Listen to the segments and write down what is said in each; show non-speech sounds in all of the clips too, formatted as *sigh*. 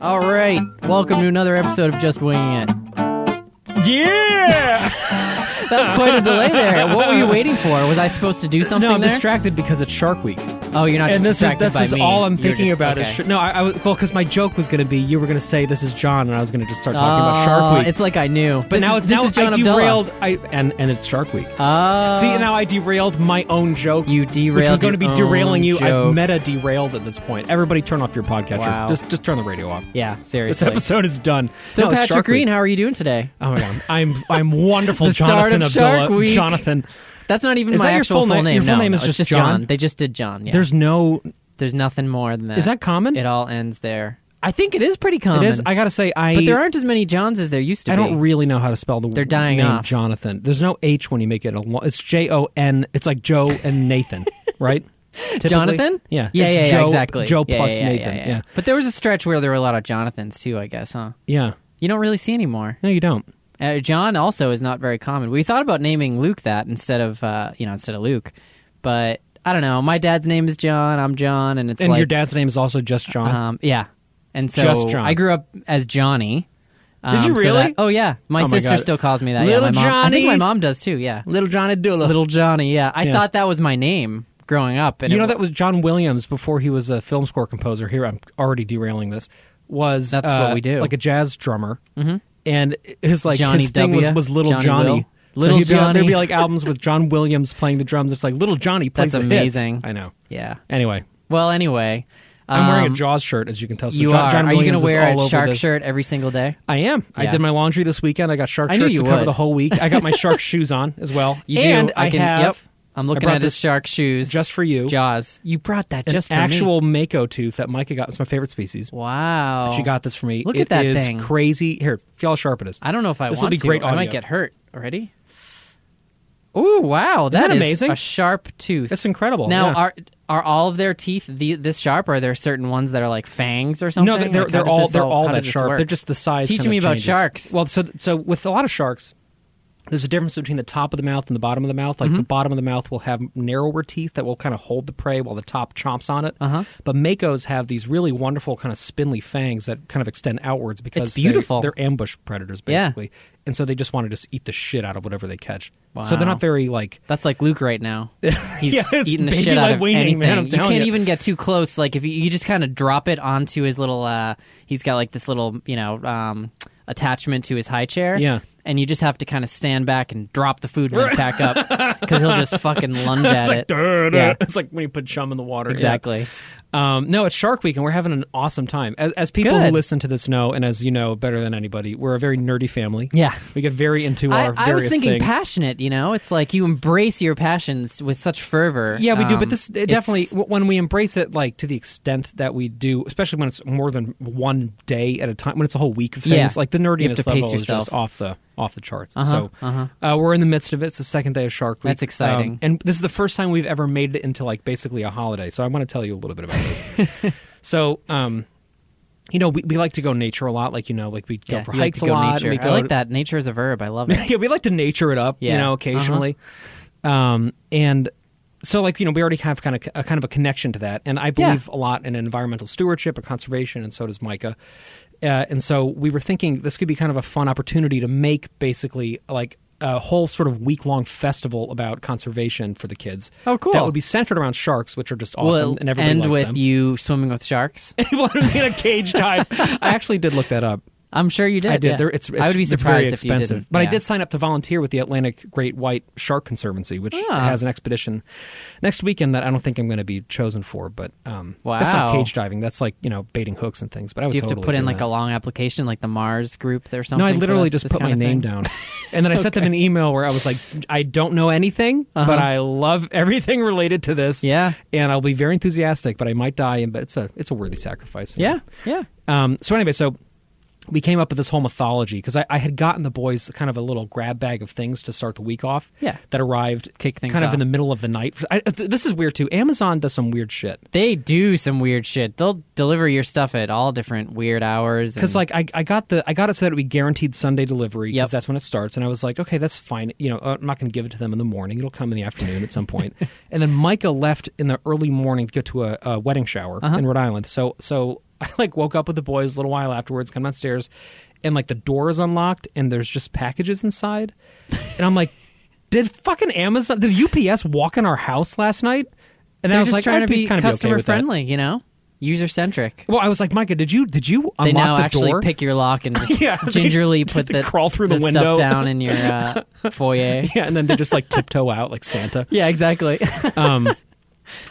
All right, welcome to another episode of Just Winging It. *laughs* Yeah. That's quite a delay there. What were you waiting for? Was I supposed to do something no, I'm there? distracted because it's Shark Week, oh, you're not and just this is distracted this by is me. all I'm You're thinking just- about okay. is sh- no. I, I was- well because my joke was going to be you were going to say this is John, and I was going to just start talking about Oh, Shark Week. It's like I knew, but now, this now is John I Abdullah. derailed. I and and it's Shark Week. Oh, See, now I derailed my own joke. You derailed which was going to your be own derailing you. joke. I've meta derailed at this point. Everybody, turn off your podcatcher. Wow. Just just turn the radio off. yeah, This seriously. episode is done. so No, it's Patrick Shark Week. Green, how are you doing today? Oh my god, I'm I'm wonderful, *laughs* The start Jonathan of Shark Abdullah. Week. Jonathan, That's not even Is my that your actual full full name? name. Your full no, name is no, it's just just John. John? They just did John. Yeah. there's no. There's nothing more than that. Is that common? It all ends there. I think it is pretty common. It is. I gotta say, I but there aren't as many Johns as there used to I be. don't really know how to spell the They're dying name off. Jonathan. There's no H when you make it a long. It's J O N. It's like Joe and Nathan, *laughs* right? Typically. Jonathan? Yeah. Yeah, It's yeah, yeah, Joe, exactly. Joe Yeah, plus yeah, yeah, Nathan. yeah, yeah. But there was a stretch where there were a lot of Jonathans too, I guess, huh? yeah. You don't really see anymore. No, you don't. Uh, John also is not very common. We thought about naming Luke that instead of uh, you know instead of Luke, but I don't know. My dad's name is John. I'm John, and it's And like your dad's name is also just John. um, yeah. And so Just John. I grew up as Johnny. Um, you so really? that- oh yeah, my Oh, my sister God. still calls me that. yeah, Little my mom, I think my Johnny. mom does too. Yeah, Little Johnny Dula. little Johnny. Yeah, I Yeah. thought that was my name growing up. And it you know w- that was John Williams before he was a film score composer. Here I'm already derailing this. Was That's uh, what we do. like a jazz drummer, mm-hmm. and his like Johnny his thing was, W, was Little Johnny Johnny. Will. So Little he'd be on- Johnny. there'd be like albums with John Williams playing the drums. It's like Little Johnny plays That's the hits. amazing. I know. yeah. Anyway, Well, anyway, I'm wearing um, a Jaws shirt as you can tell. So you John, are. John are you going Williams to is wear all a over shark this. shirt every single day? I am. I Yeah. did my laundry this weekend. I got shark I knew shirts you to cover would. the whole week. I got my *laughs* shark shoes on as well. You and do. I, can, have Yep. I'm looking brought at his this shark shoes. just for you. Jaws. You brought that an just for me. actual mako tooth that Micah got. It's my favorite species. Wow. She got this for me. Oh. Look at that It is thing. crazy. Here, feel how sharp it is. I don't know if I This will want be to. great I might audio. get hurt already. Ooh, wow. that is amazing? a sharp tooth. That's incredible. Now, yeah. are are all of their teeth the, this sharp? Or are there certain ones that are like fangs or something? no, they're they're, Like, how they're does all this they're all how that does this sharp. work? They're just the size. Teach kind of me about changes. sharks. Well, so so with a lot of sharks, there's a difference between the top of the mouth and the bottom of the mouth. Like Mm-hmm. the bottom of the mouth will have narrower teeth that will kind of hold the prey while the top chomps on it. Uh-huh. But makos have these really wonderful kind of spindly fangs that kind of extend outwards because they- beautiful. They're, ambush predators Yeah. basically, and so they just want to just eat the shit out of whatever they catch. So they're Wow. not very like That's like Luke right now. He's *laughs* Yeah, it's eating the baby shit out of Lightweining, anything. man, I'm you telling can't you. even get too close. Like if you, you just kind of drop it onto his little, uh, he's got like this little, you know, um, attachment to his high chair. Yeah. And you just have to kind of stand back and drop the food when you back *laughs* up because he'll just fucking lunge at it's like it. "Duh, duh." Yeah. it's like when you put chum in the water. Yeah. Exactly. Um, no, it's Shark Week, and we're having an awesome time. As, as people who Good. listen to this know, and as you know better than anybody, we're a very nerdy family. Yeah. we get very into I, our various I was thinking things. passionate, you know? It's like you embrace your passions with such fervor. yeah, we do, Um, but this it's- it definitely w- when we embrace it, like to the extent that we do, especially when it's more than one day at a time, when it's a whole week of things, Yeah. like the You have to nerdiness pace level is yourself. just off the off the charts. Uh-huh, so uh-huh. uh, we're in the midst of it. It's the second day of Shark Week. That's exciting. Um, and this is the first time we've ever made it into like basically a holiday. So I want to tell you a little bit about this. *laughs* so, um, you know, we, we like to go nature a lot. Like you know, like we go yeah, for you like hikes to go a lot. and nature. we I go like to- that. Nature is a verb. I love it. yeah, we like to nature it up, Yeah. Uh-huh. you know, occasionally. Um, and so, like, you know, we already have kind of a kind of a connection to that, and I believe a lot in environmental stewardship and conservation, and so does Micah. Uh, and so we were thinking this could be kind of a fun opportunity to make basically like a whole sort of week long festival about conservation for the kids. Oh, cool. That would be centered around sharks, which are just *laughs* awesome, Will and everybody end likes with them. you swimming with sharks. *laughs* People are in a *laughs* cage dive. I actually did look that up. I'm sure you did. I did. yeah. There, it's, it's, I would be it's surprised very if you expensive. didn't. But I yeah. did sign up to volunteer with the Atlantic Great White Shark Conservancy, which Ah. has an expedition next weekend that I don't think I'm going to be chosen for. But um, that's Wow. not cage diving. That's like you know baiting hooks and things. But I would Do you have totally to put in do like that. a long application, like the Mars group or something? No, I for literally this- this just put my kind of name thing? down, and then I sent them an email where I was like, "I don't know anything, but I love everything related to this." Uh-huh. Yeah. and I'll be very enthusiastic, but I might die. And but it's a it's a worthy sacrifice. you know? Yeah, yeah. Um, so anyway, so we came up with this whole mythology because I, I had gotten the boys kind of a little grab bag of things to start the week off. Yeah. that arrived Kick things kind of in off. the middle of the night. I, th- this is weird too. Amazon does some weird shit They do some weird shit. They'll deliver your stuff at all different weird hours. because and- like I, I got the I got it so that it would be guaranteed Sunday delivery because Mm-hmm. Yep. that's when it starts. And I was like, okay, that's fine. You know, uh, I'm not going to give it to them in the morning. It'll come in the afternoon at *laughs* some point. Uh-huh. and then Micah left in the early morning to go to a, a wedding shower in Rhode Island. So *laughs* so I like woke up with the boys a little while afterwards, come downstairs, and like the door is unlocked and there's just packages inside. And I'm like, *laughs* did fucking Amazon, did UPS walk in our house last night? And They're I was just like, trying I'd to be kind of customer okay with that. friendly, you know, user centric. Well, I was like, Micah, did you did you They now unlock the actually door? pick your lock *laughs* and just Yeah, they- *laughs* gingerly put they the crawl through the window. stuff down in your *laughs* uh, foyer. yeah, and then they just like tiptoe out like Santa. Yeah, *laughs* exactly. Um,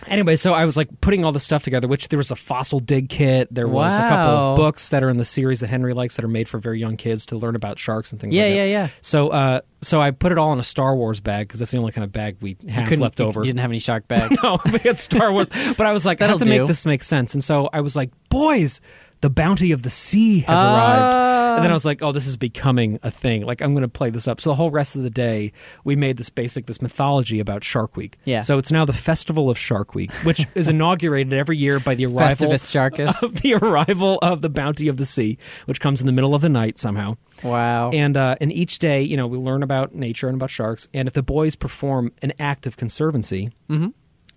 anyway, so I was like putting all this stuff together, which there was a fossil dig kit. There was a couple Wow. of books that are in the series that Henry likes that are made for very young kids to learn about sharks and things Yeah, like that. yeah, yeah. So, uh, so I put it all in a Star Wars bag because that's the only kind of bag we have Couldn't, left over. You didn't have any shark *laughs* bags. no, we had Oh, Star Wars. But I was like, I have to That'll do. make this make sense. And so I was like, boys, the bounty of the sea has arrived. And then I was like, oh, this is becoming a thing. Like, I'm going to play this up. So the whole rest of the day, we made this basic, this mythology about Shark Week. Yeah. So it's now the Festival of Shark Week, *laughs* which is inaugurated every year by the arrival Festivus Sharkus. *laughs* of the arrival of the bounty of the sea, which comes in the middle of the night somehow. Wow. And uh, and each day, you know, we learn about nature and about sharks. And if the boys perform an act of conservancy, Mm-hmm.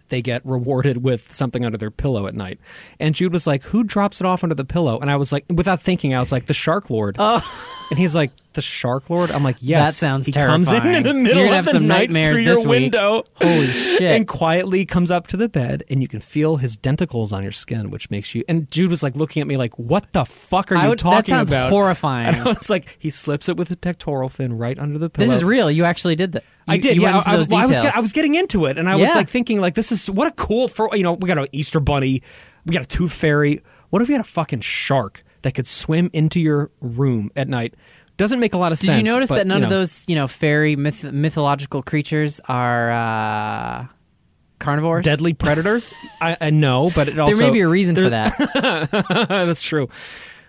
they get rewarded with something under their pillow at night. And Jude was like, "Who drops it off under the pillow?" And I was like, without thinking, I was like, "The Shark Lord." And he's like, "The Shark Lord." I'm like, "Yes." Oh. That sounds he comes in in terrifying. the middle You're gonna have of the some night nightmares through your this week. window. Holy shit. *laughs* And quietly comes up to the bed, and you can feel his denticles on your skin, which makes you. And Jude was like looking at me like, "What the fuck are I you would- that talking sounds about?" horrifying. And I was like, he slips it with his pectoral fin right under the pillow. this is real. You actually did that. I You- did. You yeah, went into I, I- those well, I was. details. Get, I was getting into it, and I Yeah. was like thinking, like, this is what a cool for. You know, we got an Easter bunny, we got a tooth fairy. What if we had a fucking shark that could swim into your room at night? Doesn't make a lot of Did sense. you notice but, that none you of know. those, you know, fairy myth- mythological creatures are uh, carnivores? deadly predators? I, I know, but it also there may be a reason for there- *laughs* that. That's true.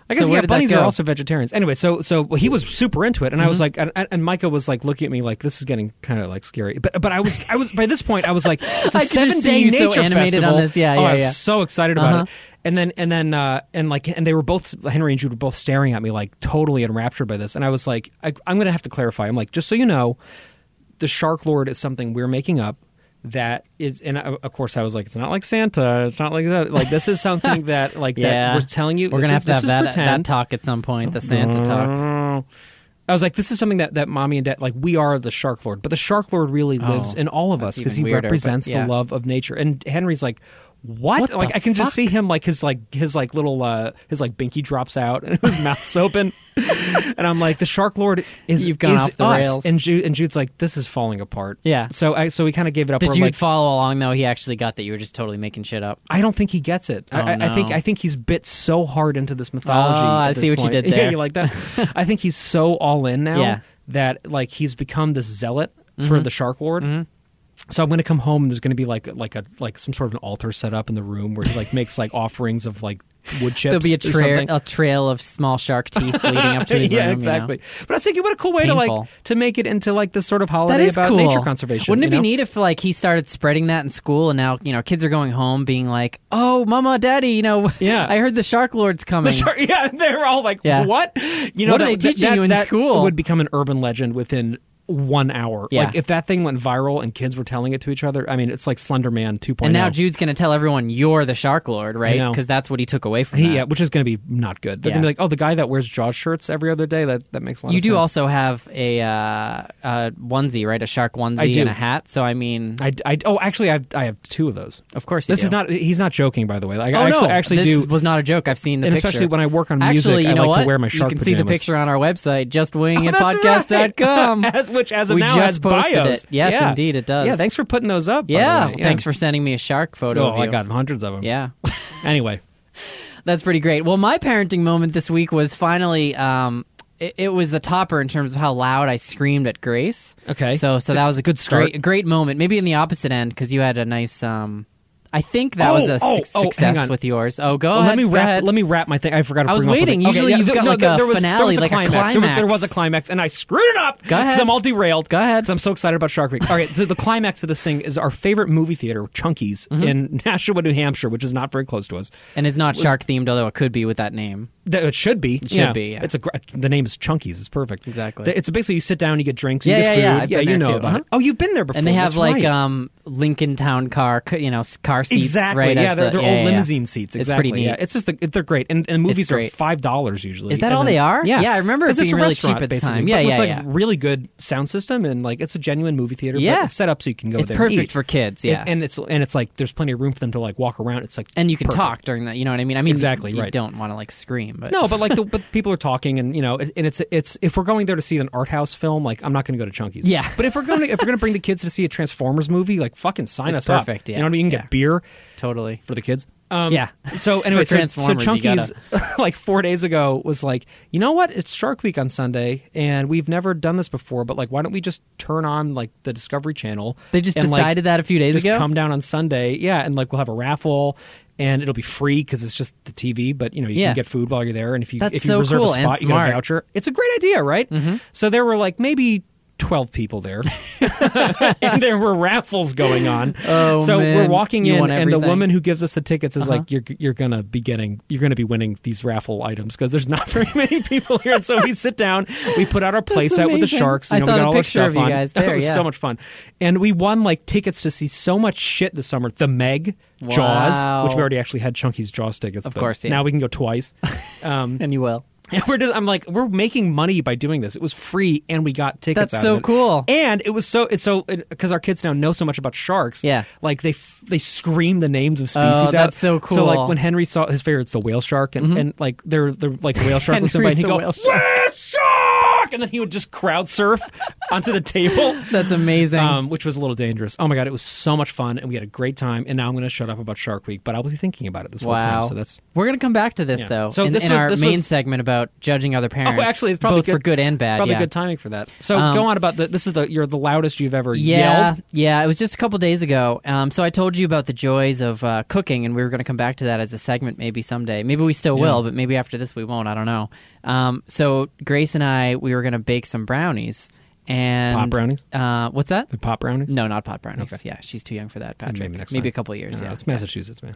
I guess So where yeah, did that bunnies go? Mm-hmm. are also vegetarians. Anyway, so so he was super into it, and I was like, and, and Micah was like looking at me like this is getting kind of like scary. But but I was I was by this point I was *laughs* like, it's a I could just seven see day you so nature animated on festival. this. Yeah, yeah, oh, I was yeah. so excited about Uh-huh. it. And then and then uh, and like and they were both Henry and Jude were both staring at me like totally enraptured by this, and I was like, I, I'm gonna have to clarify. I'm like, just so you know, the Shark Lord is something we're making up. That is, and I, of course, I was like, it's not like Santa, it's not like that. Like *laughs* this is something that, like, yeah. that we're telling you, We're this gonna have is- to this have is that, that pretend. Mm-hmm. talk at some point, the Santa talk. I was like, this is something that, that mommy and dad like. We are the shark lord, but the shark lord really lives in all of us Oh, that's because he even weirder, but represents yeah. the love of nature. And Henry's like, what? What the like I can fuck? just see him like his like his like little uh his like binky drops out and *laughs* his mouth's open, and I'm like, the shark lord is You've gone is off the us. rails. And Jude and Jude's like, this is falling apart. Yeah. So I so we kind of gave it up. Did We're you like, follow along though? He actually got that you were just totally making shit up. I don't think he gets it. I, Oh, I- I think no. I think he's bit so hard into this mythology. Oh, at I this see what you point. did *laughs* Yeah, there. you *laughs* like that? I think he's so all in now Yeah. Mm-hmm. that like he's become this zealot for the Shark Lord. So I'm going to come home. and There's going to be like like a like some sort of an altar set up in the room where he like *laughs* makes like offerings of like wood chips. There'll be a or trail, something. a trail of small shark teeth leading up to his *laughs* yeah, room. you know? exactly. But I was thinking, what a cool way to Painful. like to make it into like this sort of That holiday is about cool. nature conservation. Wouldn't it you be know? neat if like he started spreading that in school, and now you know kids are going home being like, "Oh, mama, daddy, you know, *laughs* Yeah. I heard the shark lord's coming." The shark- *laughs* yeah, they're all like, Yeah. "What? You know, What are that- they teaching that- you in that school? Would become an urban legend within one hour. Yeah. Like if that thing went viral and kids were telling it to each other. I mean, it's like Slender Man oh. 2.0. and now Jude's going to tell everyone you're the shark lord, right? know. Because that's what he took away from He- *laughs* that. yeah, which is going to be not good. They're Yeah. going to be like, "Oh, the guy that wears Jaws shirts every other day. That that makes a lot You of do sense." also have a uh, uh, onesie, right? A shark onesie do. and a hat. So I mean, I, I oh actually I I have two of those. of course, you This do. is not he's not joking by the way. Like Oh I no, actually, I actually this *laughs* do. was not a joke. I've seen the And picture. especially when I work on music, Actually, you I know like what? to wear my shark You can see pajamas. the picture on our website, *laughs* justwingitpodcast.com. That's right. *laughs* As which as of We now just has posted bios. it. Yes, Yeah. indeed, it does. Yeah, thanks for putting those up. by the yeah, way. thanks for sending me a shark photo. Oh, of I you. got hundreds of them. Yeah. *laughs* Anyway, That's pretty great. Well, my parenting moment this week was finally. Um, it, it was the topper in terms of how loud I screamed at Grace. Okay. so so It's that a was a good start. great, great moment. Maybe in the opposite end because you had a nice. Um, I think that was Oh, a oh, suc- oh, hang success on. with yours. Oh, go Well, ahead. let me go wrap. ahead. Let me wrap my thing. I forgot. To I was bring up the- waiting. Okay, Usually you've th- got like there- a there was, there finale, was a like a climax. There, was, there climax. was a climax, and I screwed it up ahead. I'm all derailed. Go ahead. 'cause I'm so excited about Shark Week. All right, so the climax of this thing is our favorite movie theater, Mm-hmm. *laughs* Chunky's, in Nashua, New Hampshire, which is not very close to us. and it's not shark themed, although it could be with that name. That it should be. It should be, yeah. It's a gr- the name is Chunkies. It's perfect. Exactly. Th- It's basically you sit down, you get drinks, you Yeah, get yeah, yeah. I've food. Yeah, been you there know too. about Uh-huh. it. Oh, you've been there before. and they have That's like right. um Lincoln Town car, c- you know, s- car seats. exactly. Right yeah, as they're, the- they're yeah, old yeah, yeah. limousine seats. It's Exactly. pretty Yeah, neat. it's just the, they're great, and and movies are great. five dollars usually. Is that And all then- they are? Yeah, Yeah, I remember it It's just being a really cheap restaurant, at the basically, time. Yeah, but yeah, with, yeah. like really good sound system and like it's a genuine movie theater. but Yeah. it's set up so you can go It's there. perfect and eat. for kids, It- yeah. and it's and it's like there's plenty of room for them to like walk around. It's like And you can perfect. talk during that. You know what I mean? I mean, Exactly, You, you right. don't want to like scream, but No, but like the, but people are talking, and you know, it, and it's it's if we're going there to see an art house film, like I'm not going to go to Chunky's. Yeah. but if we're going to, if we're going to bring the kids to see a Transformers movie, like fucking sign It's us perfect, up. yeah. You know what I mean? You can Yeah. get beer totally. for the kids. Um, Yeah. *laughs* So anyway, so, so Transformers, you Chunky's *laughs* like four days ago was like, you know what? It's Shark Week on Sunday, and we've never done this before. But like, why don't we just turn on like the Discovery Channel? They just and, like, decided that a few days just ago. come down on Sunday. Yeah, and like we'll have a raffle, and it'll be free because it's just the TV. But you know, you Yeah. can get food while you're there, and if you That's if you so reserve cool a and spot, you get smart. Mm-hmm. a voucher. It's a great idea, right? So there were like maybe. 12 *laughs* people there *laughs* and there were raffles going on Oh, so man. we're walking You in want and the everything. Uh-huh. woman who gives us the tickets is like you're you're gonna be getting you're gonna be winning these raffle items because there's not *laughs* very many people here and so we sit down we put out our place out with the amazing. sharks you I know saw we the got all our picture of stuff you on *laughs* guys there, it was yeah. so much fun and we won like tickets to see so much shit this summer the meg jaws which Wow. we already actually had chunky's jaws tickets of course, yeah. now we can *laughs* go twice um and you will. *laughs* and we're just, I'm like, we're making money by doing this. It was free, and we got tickets. That's out so of it. cool. And it was so it's so because our kids now know so much about sharks. Yeah. like they f- they scream the names of Oh, species. out. that's so So cool. Mm-hmm. like when Henry saw his favorite's the whale shark, and, and like they're they're like whale *laughs* shark was somebody, and he Henry's the go whale whale shark." shark, and then he would just crowd surf *laughs* onto *laughs* the table. That's amazing. Um, which was a little dangerous. Oh my god, it was so much fun, and we had a great time. And now I'm going to shut up about Shark Week, but I was thinking about it this whole wow. time. So that's We're gonna come back to this Yeah. though. So in, this in was- our this main was- segment about judging other parents. Oh, actually, it's probably both for good and bad. Probably yeah. good timing for that. So Um, go on about the. This is the you're the loudest you've ever Yeah, yelled. yeah. It was just a couple days ago. Um, so I told you about the joys of uh, cooking, and we were going to come back to that as a segment maybe someday. Maybe we still will, but maybe after this we won't. I don't know. Um, so Grace and I, we were going to bake some brownies and Pot brownies? Uh, what's that? The pop brownies. No, not pot brownies. Okay. Yeah, she's too young for that, Patrick. maybe next a time. couple years. No, yeah, it's Massachusetts, *laughs* man.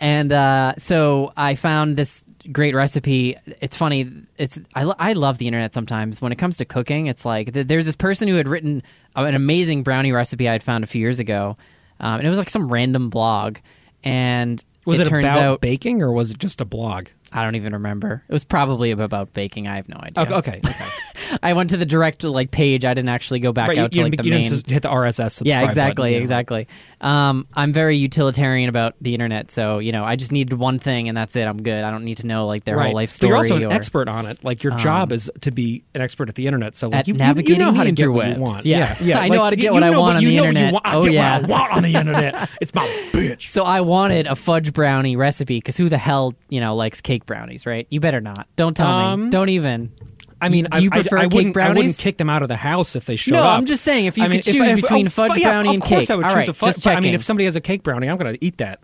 and uh, so I found this great recipe. It's funny. It's I, lo- I love the internet sometimes when it comes to cooking. It's like th- there's this person who had written an amazing brownie recipe I had found a few years ago, um, and it was like some random blog. And Was it, turns about out baking or was it just a blog? I don't even remember. It was probably about baking. I have no idea. *laughs* Okay, okay. okay. I went to the direct like page. I didn't actually go back right, out you, to you like didn't- the you main. didn't s- hit the RSS subscribe. Yeah, exactly, button, you know. exactly. Um, I'm very utilitarian about the internet, so you know, I just need one thing and that's it. I'm good. I don't need to know like their Right. whole life But story. you're also an or- um, expert on it. Like your job is to be an expert at the internet. So like, At you, you- navigating you know how the to get what you interwebs. want. Yeah. yeah. I know like, how to you- get you what I know want on you the know what internet. You want. I Oh, get yeah. what I want *laughs* on the internet. It's my bitch. So I wanted a fudge brownie recipe because who the hell you know likes cake brownies, right? You better not. Don't tell me. Um, Don't even. I mean, do you I, I- prefer I, cake wouldn't, I brownies? wouldn't kick them out of the house if they showed No, up. I'm just saying, if you I mean, could choose between oh, fudge fu- yeah, brownie and of course cake. I would All choose right, a fudge. just but, I mean, checking. if somebody has a cake brownie, I'm going to eat that.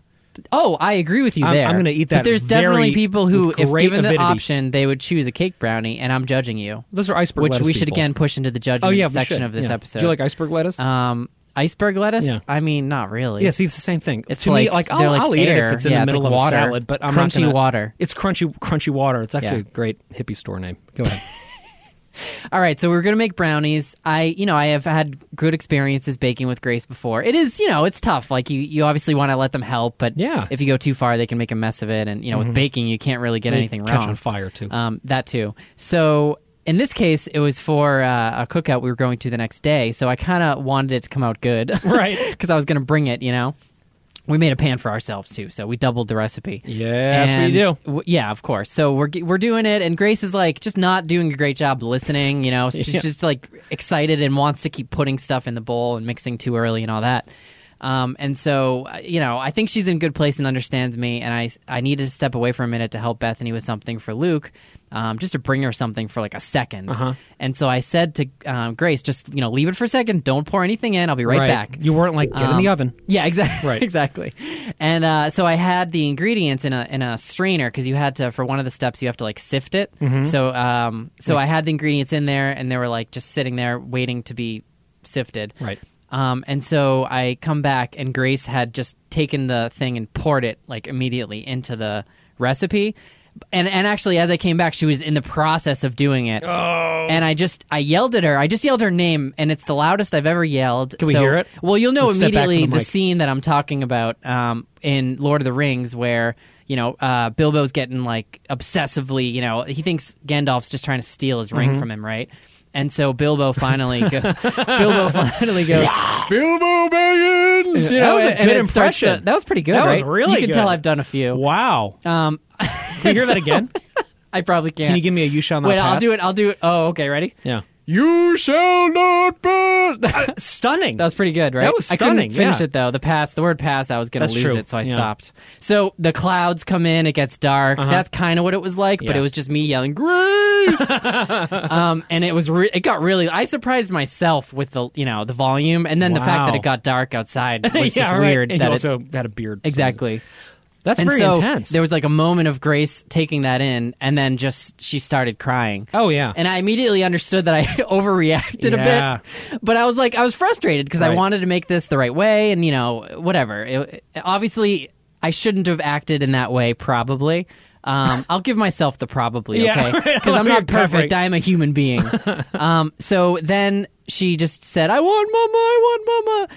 Oh, I agree with you I'm- there. I'm gonna eat But that there's very- definitely people who, with if great given the avidity. option, they would choose a cake brownie, and I'm judging you. Those are iceberg which lettuce we should people. again push into the judgment Oh yeah, we section should. of this yeah. episode. Do you like iceberg lettuce? Um, iceberg lettuce? Yeah. I mean, not really. yeah, see, it's the same thing. it's to like- me, like they're I'll, like I'll eat it air. if it's in Yeah, it's the middle like of water. a salad, but I'm Crunchy not gonna, water. It's crunchy, crunchy water. It's actually Yeah. a great hippie store name. Go ahead. All right, so we're gonna make brownies. I, you know, I have had good experiences baking with Grace before. It is, you know, it's tough. Like you, you obviously want to let them help, but Yeah. Mm-hmm. if you go too far, they can make a mess of it. And you know, with baking, you can't really get They anything catch wrong. on fire too. Um, that too. So in this case, it was for uh, a cookout we were going to the next day. So I kind of wanted it to come out good, *laughs* Right. Because I was gonna bring it, you know. We made a pan for ourselves too, so we doubled the recipe. Yes, we And do. w- yeah, of course. So we're g- we're doing it, and Grace is like just not doing a great job listening. You know, she's Yeah. just like excited and wants to keep putting stuff in the bowl and mixing too early and all that. Um, and so uh, you know, I think she's in good place and understands me. And I s- I needed to step away for a minute to help Bethany with something for Luke, um, just to bring her something for like a 2nd And so I said to um, Grace, just you know, leave it for a second. Don't pour anything in. I'll be right, back. You weren't like get in the Um, oven. Yeah, *laughs* exactly. Right. exactly. And uh, so I had the ingredients in a in a strainer because you had to for one of the steps you have to like sift it. Mm-hmm. So um, so I had the ingredients in there and they were like just sitting there waiting to be sifted. Right. Um, and so I come back and Grace had just taken the thing and poured it like immediately into the recipe. and and actually as I came back she was in the process of doing it. Oh. And I just I yelled at her. I just yelled her name and it's the loudest I've ever yelled. Can we So- hear it? Well, you'll know Let's step back immediately to the the, mic. scene that I'm talking about um, in Lord of the Rings where you know, uh, Bilbo's getting like obsessively, you know, he thinks Gandalf's just trying to steal his ring Mm-hmm. from him, right? And so Bilbo finally, go- *laughs* Bilbo finally goes, Bilbo Baggins. you that know, was a and- and good it starts to- impression. that was pretty good. That was right? really You can good. tell I've done a few. wow. Um, Can you hear that again? I probably can't. Can you give me a you shall not Wait, pass? I'll do it. I'll do it. Oh, okay. Ready? Yeah. You shall not pass. *laughs* Stunning. That was pretty good, right? That was I stunning, couldn't finish yeah. it though. The pass, the word pass, I was going to That's lose true, it, so I yeah. Uh-huh. stopped. So the clouds come in, it gets dark. That's kind of what it was like, but Yeah. it was just me yelling *laughs* "Grace," um, and it was re- it got really. I surprised myself with the you know the volume, and then the fact that Wow. it got dark *laughs* outside was yeah, just all right. weird. And that you it- also had a beard. exactly. That's and very so intense. there was like a moment of grace taking that in, and then just she started crying. oh yeah. And I immediately understood that I *laughs* overreacted a Yeah. bit. But I was like, I was frustrated because I Right. wanted to make this the right way and, you know, whatever. It- obviously, I shouldn't have acted in that way, probably. Um, I'll give myself the probably, *laughs* Yeah, okay? right. Because I'm You're not perfect. covering. I'm a human *laughs* being. um, so then she just said, I want mama, I want mama.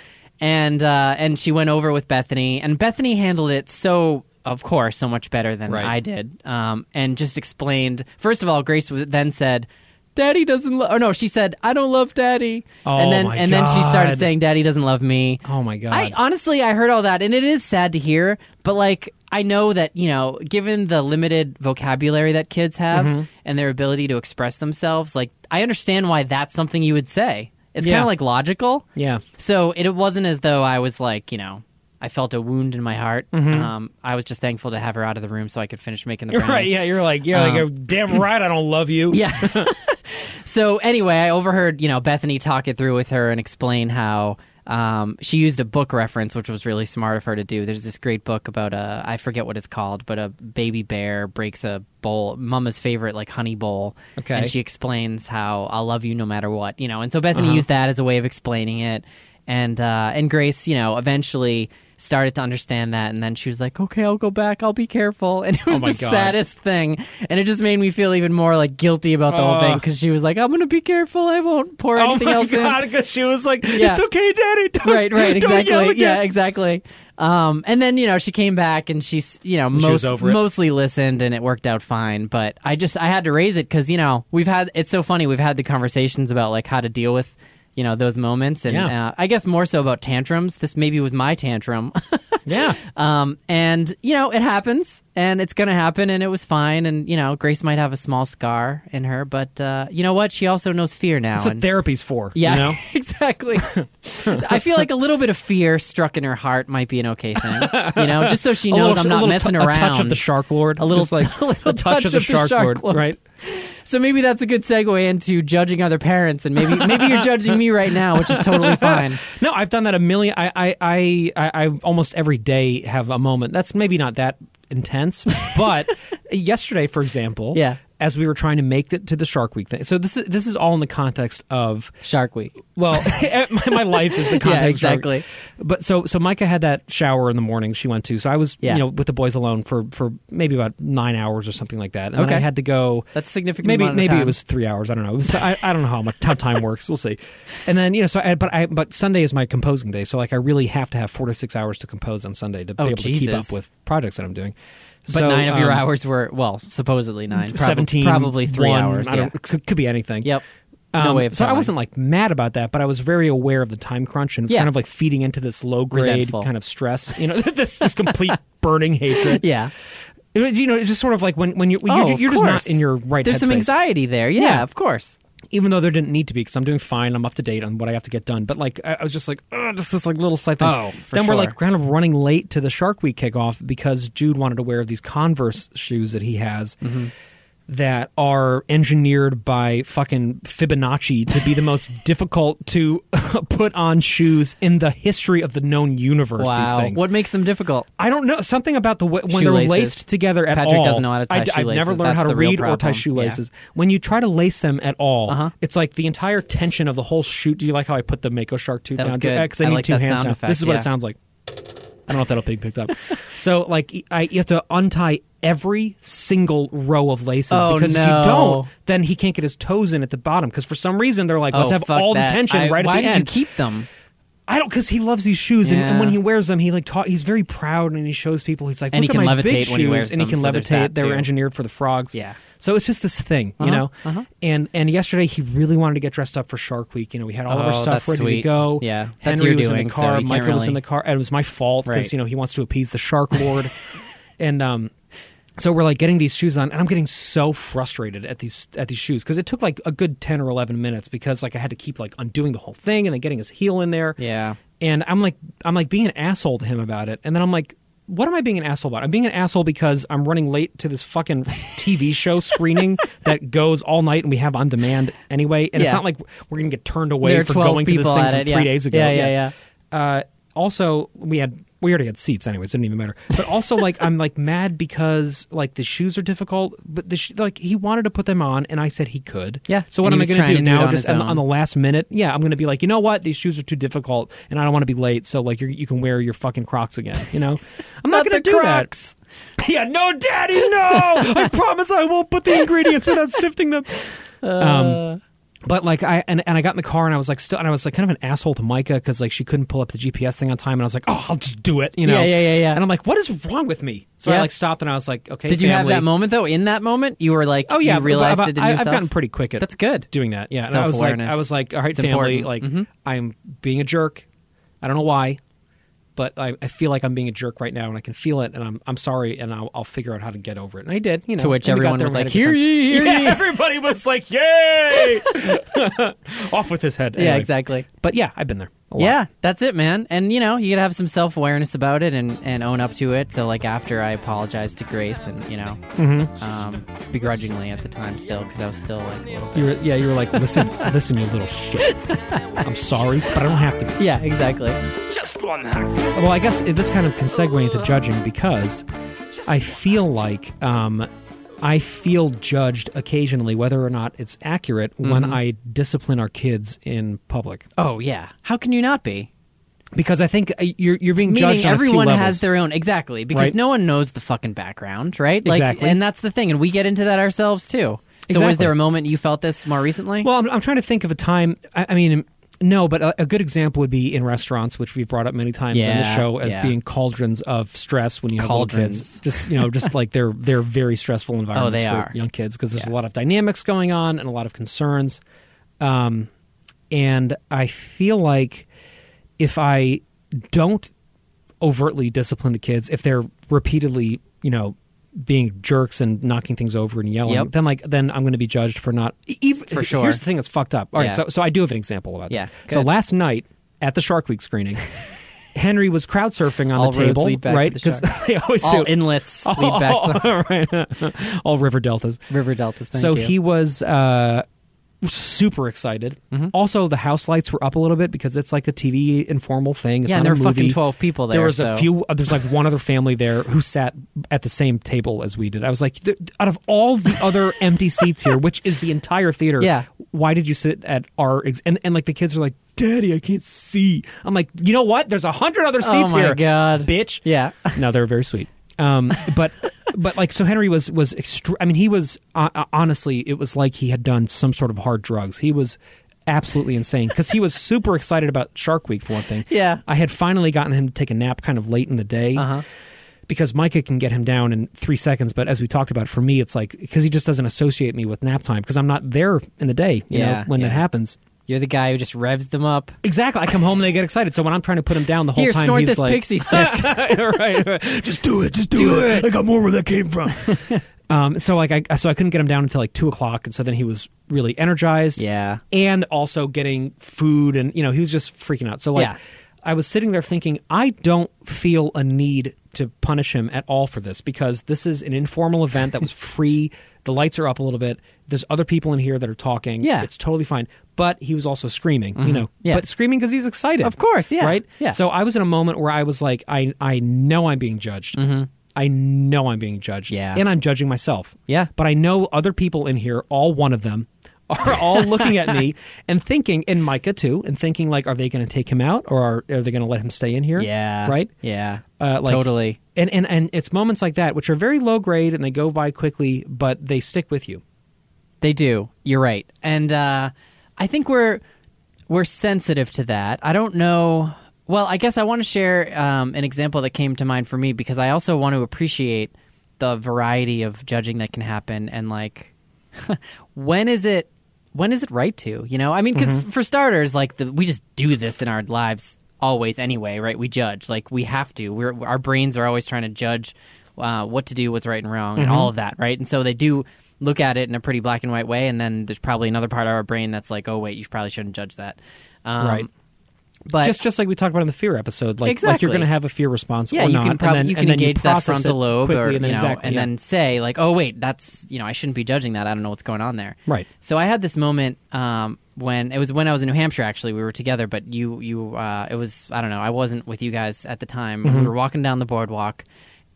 And, uh, and she went over with Bethany, and Bethany handled it so. Of course, so much better than Right. I did, um, and just explained. First of all, Grace w- then said, "Daddy doesn't love." Oh no, she said, "I don't love Daddy." Oh, and then my and then she started God. saying, "Daddy doesn't love me." oh my god. I honestly, I heard all that, and it is sad to hear. But like, I know that you know, given the limited vocabulary that kids have Mm-hmm. and their ability to express themselves, like I understand why that's something you would say. It's Yeah. kind of like logical. yeah. So it wasn't as though I was like, you know, I felt a wound in my heart. Um, I was just thankful to have her out of the room so I could finish making the brownies. *laughs* Mm-hmm. *laughs* Right. Yeah. You're like. You're like. Um, "Oh, Damn right. I don't love you. *laughs* *laughs* Yeah. so anyway, I overheard you know Bethany talk it through with her and explain how um, she used a book reference, which was really smart of her to do. There's this great book about a I forget what it's called, but a baby bear breaks a bowl, Mama's favorite like honey bowl, Okay. and she explains how I'll love you no matter what, you know. And so Bethany Uh-huh. used that as a way of explaining it, and uh, and Grace, you know, eventually started to understand that, and then she was like, "Okay, I'll go back. I'll be careful." And it was Oh my the God. saddest thing, and it just made me feel even more like guilty about the whole thing Ugh. because she was like, "I'm gonna be careful. I won't pour Oh anything my else god. in." Because she was like, Yeah. "It's okay, Daddy. *laughs* Don't, Right, right, *laughs* Don't yell exactly. again. Yeah, exactly. Um, and then you know she came back and she's you know she most was over it. mostly listened and it worked out fine. But I just I had to raise it because you know we've had it's so funny we've had the conversations about like how to deal with you know those moments and Yeah. uh, I guess more so about tantrums. This maybe was my tantrum. *laughs* Yeah. Um, and you know, it happens, and it's gonna happen, and it was fine. And you know, Grace might have a small scar in her, but uh, you know what? She also knows fear now. That's what and- therapy's for. yeah, *laughs* You know? exactly. I feel like a little bit of fear struck in her heart might be an okay thing. You know, just so she *laughs* a knows little, I'm a not little messing t- around. A touch of the shark lord. A little- Just like a little touch of the of the shark, shark lord, lord. Right. So maybe that's a good segue into judging other parents, and maybe maybe you're judging me right now, which is *laughs* totally fine. No, I've done that a million. I, I, I, I, I almost every day have a moment. That's maybe not that intense, but yesterday, for example, Yeah. as we were trying to make it to the Shark Week thing. So this is this is all in the context of Shark Week. *laughs* well, *laughs* eh, my, my life is the context. of Shark exactly. Week. But so so Micah had that shower in the morning she went to. So I was Yeah. you know with the boys alone for for maybe about nine hours or something like that, and then I Okay. had to go. That's a significant. Maybe amount of maybe time. it was three hours. I don't know. It was- I, I don't know how much how time works. We'll see. And then you know, so I, but I but Sunday is my composing day, so like I really have to have four to six hours to compose on Sunday to Oh, be able to keep Jesus. up with projects that I'm doing. But nine of your um, hours were well, supposedly nine. Prob- seventeen, probably three one, hours. I don't, Yeah. it could- could be anything. Yep. No Um, way of so I telling. wasn't like mad about that, but I was very aware of the time crunch and it was Yeah. kind of like feeding into this low grade Resentful. kind of stress. You know, *laughs* this *laughs* just complete burning hatred. Yeah. It was, you know, it's just sort of like when when you're when you're, Oh, of you're just not course. in your right. There's some headspace. anxiety there. Yeah, Yeah. of course. even though there didn't need to be because I'm doing fine. I'm up to date on what I have to get done. But like, I I was just like, "Ugh," just this like little slight thing. Oh, for then we're like sure. kind of running late to the Shark Week kickoff because Jude wanted to wear these Converse shoes that he has. Mm-hmm. That are engineered by fucking Fibonacci to be the most *laughs* difficult to *laughs* put on shoes in the history of the known universe. These Wow. things. What makes them difficult? I don't know something about the way, when Shoelaces. they're laced together at Patrick all. doesn't know how to tie I, have shoelaces. never learned That's how to the real read or tie problem. Uh-huh. shoelaces. When you try to lace them at all, it's like the entire tension of the whole shoot. Do you like how I put the Mako shark tooth That was down? to- good. Because I I need like two that hands sound now. effect, This is what yeah. it sounds like. I don't know if that'll be picked up. So like I, you have to untie every single row of laces Oh, because if no. you don't, then he can't get his toes in at the bottom. Because for some reason they're like, let's oh, have fuck all that. the tension I- right why at the did end. you keep them? I don't because he loves these shoes, and, and when Yeah. he wears them, he like ta- he's very proud and he shows people. He's like, And he "Look at can my big levitate when he shoes," wears and he them, can so there's levitate. that, They were too. engineered for the frogs. Yeah. Uh-huh, so it's just this thing, you know. And and yesterday he really wanted to get dressed up for Shark Week. You know, we had all of our Oh, stuff that's ready to sweet. go. Yeah. That's Henry your was in doing, the so car. you can't Michael was really- in the car. and It was my fault because Right. you know he wants to appease the *laughs* Shark Lord, and um. So we're like getting these shoes on, and I'm getting so frustrated at these at these shoes because it took like a good ten or eleven minutes because like I had to keep like undoing the whole thing and then getting his heel in there Yeah. and I'm like I'm like being an asshole to him about it, and then I'm like, what am I being an asshole about? I'm being an asshole because I'm running late to this fucking TV *laughs* show screening that goes all night and we have on demand anyway, and it's Yeah. not like we're gonna get turned away There are for 12 going to this people thing at from it, three yeah. days ago. Yeah, yeah, Uh, also, we had we already had seats anyways. It didn't even matter. But also, like I'm like mad because like the shoes are difficult, but the sh- like he wanted to put them on, and I said he could. Yeah, So and what am he I was gonna trying do to do it now? on just his on, own. on the last minute, yeah, I'm going to be like, you know what? These shoes are too difficult, and I don't want to be late. So like, you're, you can wear your fucking Crocs again. You know, I'm not, Not going the to do Crocs. that. *laughs* yeah, no, Daddy, no. *laughs* I promise I won't put the ingredients without sifting them. Uh. Um, but like I and, and I got in the car and I was like still and I was like kind of an asshole to Micah because like she couldn't pull up the GPS thing on time and I was like oh I'll just do it you know Yeah, yeah, yeah, yeah. and I'm like what is wrong with me so I Yeah. like stopped and I was like okay Did you have family. that moment though? In that moment, you were like, Oh yeah, you but- realized but it in I, yourself. I've gotten pretty quick at That's good. doing that. Yeah, and I was like, Self-awareness. I was like, all right, It's family, important. Mm-hmm. like I'm being a jerk. I don't know why, but I, I feel like I'm being a jerk right now, and I can feel it, and I'm I'm sorry, and I'll, I'll figure out how to get over it. And I did, you know. To which and we got everyone there was and like, we "Hear had a good ye, hear time." ye." *laughs* Yeah, everybody was *laughs* like, "Yay!" Off with his head. Yeah, Anyway. exactly. But yeah, I've been there. A lot. Yeah, that's it, man. And you know, you gotta have some self awareness about it and, and own up to it. So like after I apologized to Grace and you know, Mm-hmm. um, begrudgingly at the time still because I was still like a little bit. You were, yeah, you were like, listen, *laughs* listen, you little shit. I'm sorry, but I don't have to be. Yeah, exactly. Just one hack. Well, I guess this kind of can segue into judging because I feel like um, I feel judged occasionally, whether or not it's accurate, when Mm-hmm. I discipline our kids in public. Oh yeah, how can you not be? Because I think uh, you're you're being Meaning judged. on a few everyone levels. has their own exactly because Right. no one knows the fucking background, right? Like, Exactly. and that's the thing, and we get into that ourselves too. So Exactly. was there a moment you felt this more recently? Well, I'm, I'm trying to think of a time. I, I mean, no, but a, a good example would be in restaurants, which we've brought up many times on the Yeah, show as yeah. being cauldrons of stress when you have little kids. Cauldrons. Oh, Just you *laughs* know, just like they're they're very stressful environments they for are. young kids because there's a lot of dynamics going on and a lot of concerns. Um, and I feel like if I don't overtly discipline the kids, if they're repeatedly, you know, being jerks and knocking things over and yelling, Yep. then like then I'm going to be judged for not e-, even For sure. Here's the thing that's fucked up. All right, Yeah. so so I do have an example about Yeah, this. So good. last night at the Shark *laughs* Week screening, Henry was crowd surfing on All the roads table, lead back to *laughs* right? the they always All do. *laughs* inlets lead back to all, right. *laughs* all river deltas. river deltas. Thank Oh. so you. he was uh, super excited. Mm-hmm. Also, the house lights were up a little bit because it's like a TV informal thing. It's yeah, not and there a were movie. fucking twelve people there. There was a so- few. uh, There's like one other family there who sat at the same table as we did. I was like, "Th- out of all the other *laughs* empty seats here, which is the entire theater, Yeah. Why did you sit at our ex-? and and like the kids are like, Daddy, I can't see. I'm like, you know what? There's a hundred other Oh seats my here, God. bitch. Yeah. No, they were very sweet. Um, but but like so Henry was was extr I mean, he was uh, uh, honestly, it was like he had done some sort of hard drugs. He was absolutely insane because he was super excited about Shark Week for one thing. Yeah. Uh-huh. I had finally gotten him to take a nap kind of late in the day. Because Micah can get him down in three seconds, but as we talked about, for me, it's like because he just doesn't associate me with nap time because I'm not there in the day, you know, Yeah, when that yeah. happens. You're the guy who just revs them up. Exactly. I come home and they get excited. So when I'm trying to put him down the whole Here, time, snort he's this like, pixie stick. *laughs* right, right. Just do it. Just do, it. I got more where that came from. *laughs* um, so like I so I couldn't get him down until like two o'clock, and so then he was really *laughs* energized. yeah. And also getting food, and you know he was just freaking out. So like Yeah. I was sitting there thinking, I don't feel a need to punish him at all for this because this is an informal *laughs* event that was free. the lights are up a little bit. There's other people in here that are talking. Yeah. Mm-hmm. it's totally fine. But he was also screaming, you know. Yeah. But screaming because he's excited. Of course, yeah, Right? yeah. So I was in a moment where I was like, I I know I'm being judged. I know I'm being judged. Mm-hmm. Yeah. And I'm judging myself. Yeah. But I know other people in here, all one of them, *laughs* are all looking at *laughs* me and thinking, and Micah too, and thinking like, are they going to take him out or are, are they going to let him stay in here? Yeah. Right. Yeah. Uh, like- totally. And and and it's moments like that which are very low grade and they go by quickly, but they stick with you. They do. You're right. And uh, I think we're we're sensitive to that. I don't know. Well, I guess I want to share um, an example that came to mind for me because I also want to appreciate the variety of judging that can happen and like *laughs* when is it when is it right to you know I mean Mm-hmm. because for starters like the, we just do this in our lives always anyway right we judge like we have to we're our brains are always trying to judge uh, what to do what's right and wrong Mm-hmm. and all of that right and so they do look at it in a pretty black and white way and then there's probably another part of our brain that's like oh wait you probably shouldn't judge that um, Right. but just just like we talked about in the fear episode, like like Exactly. you're going to have a fear response yeah, or you not, can probably and then, you can and then engage that process frontal it lobe or quickly, you and then know, exactly, and yeah. then say like, oh wait, that's you know I shouldn't be judging that. I don't know what's going on there. Right. So I had this moment um, when it was when I was in New Hampshire. Actually, we were together, but you you uh, it was I don't know. I wasn't with you guys at the time. Mm-hmm. We were walking down the boardwalk,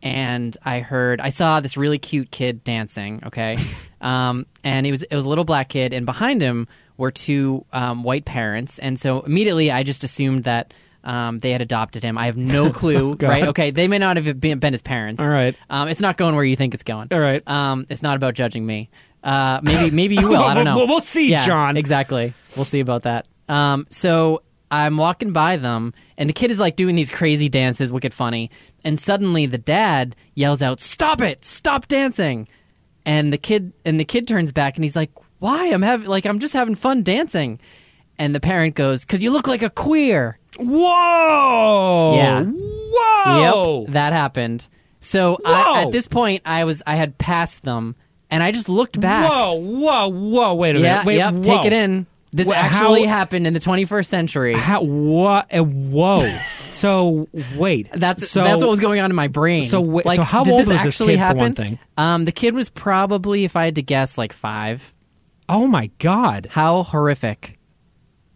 and I heard I saw this really cute kid dancing. Okay, *laughs* um, and it was it was a little black kid, and behind him were two um, white parents, and so immediately I just assumed that. Um, they had adopted him. I have *laughs* no clue, God. right? Okay, they may not have been, been his parents. All right. um, it's not going where you think it's going. All right. um, it's not about judging me. Uh, maybe maybe *laughs* you will. I don't know. Well, we'll see, Yeah, John. Exactly. We'll see about that. Um, so I'm walking by them, and the kid is like doing these crazy dances, wicked funny. And suddenly the dad yells out, "Stop it! Stop dancing!" And the kid and the kid turns back, and he's like, "Why? I'm having like I'm just having fun dancing." And the parent goes, "Cause you look like a queer." Whoa! Yeah. Whoa! Yep, that happened. So I, Oh. Whoa! at this point, I was I had passed them, and I just looked back. Whoa! Whoa! Whoa! Wait a Yeah, minute. Wait, yep. whoa. Take it in. This Wha- actually how- happened in the 21st century. How, what? uh, Whoa! so wait. *laughs* That's so, that's what was going on in my brain. So wait- so how did old this was this actually kid, for happen? one thing? Um, the kid was probably, if I had to guess, like five. Oh my god! How horrific!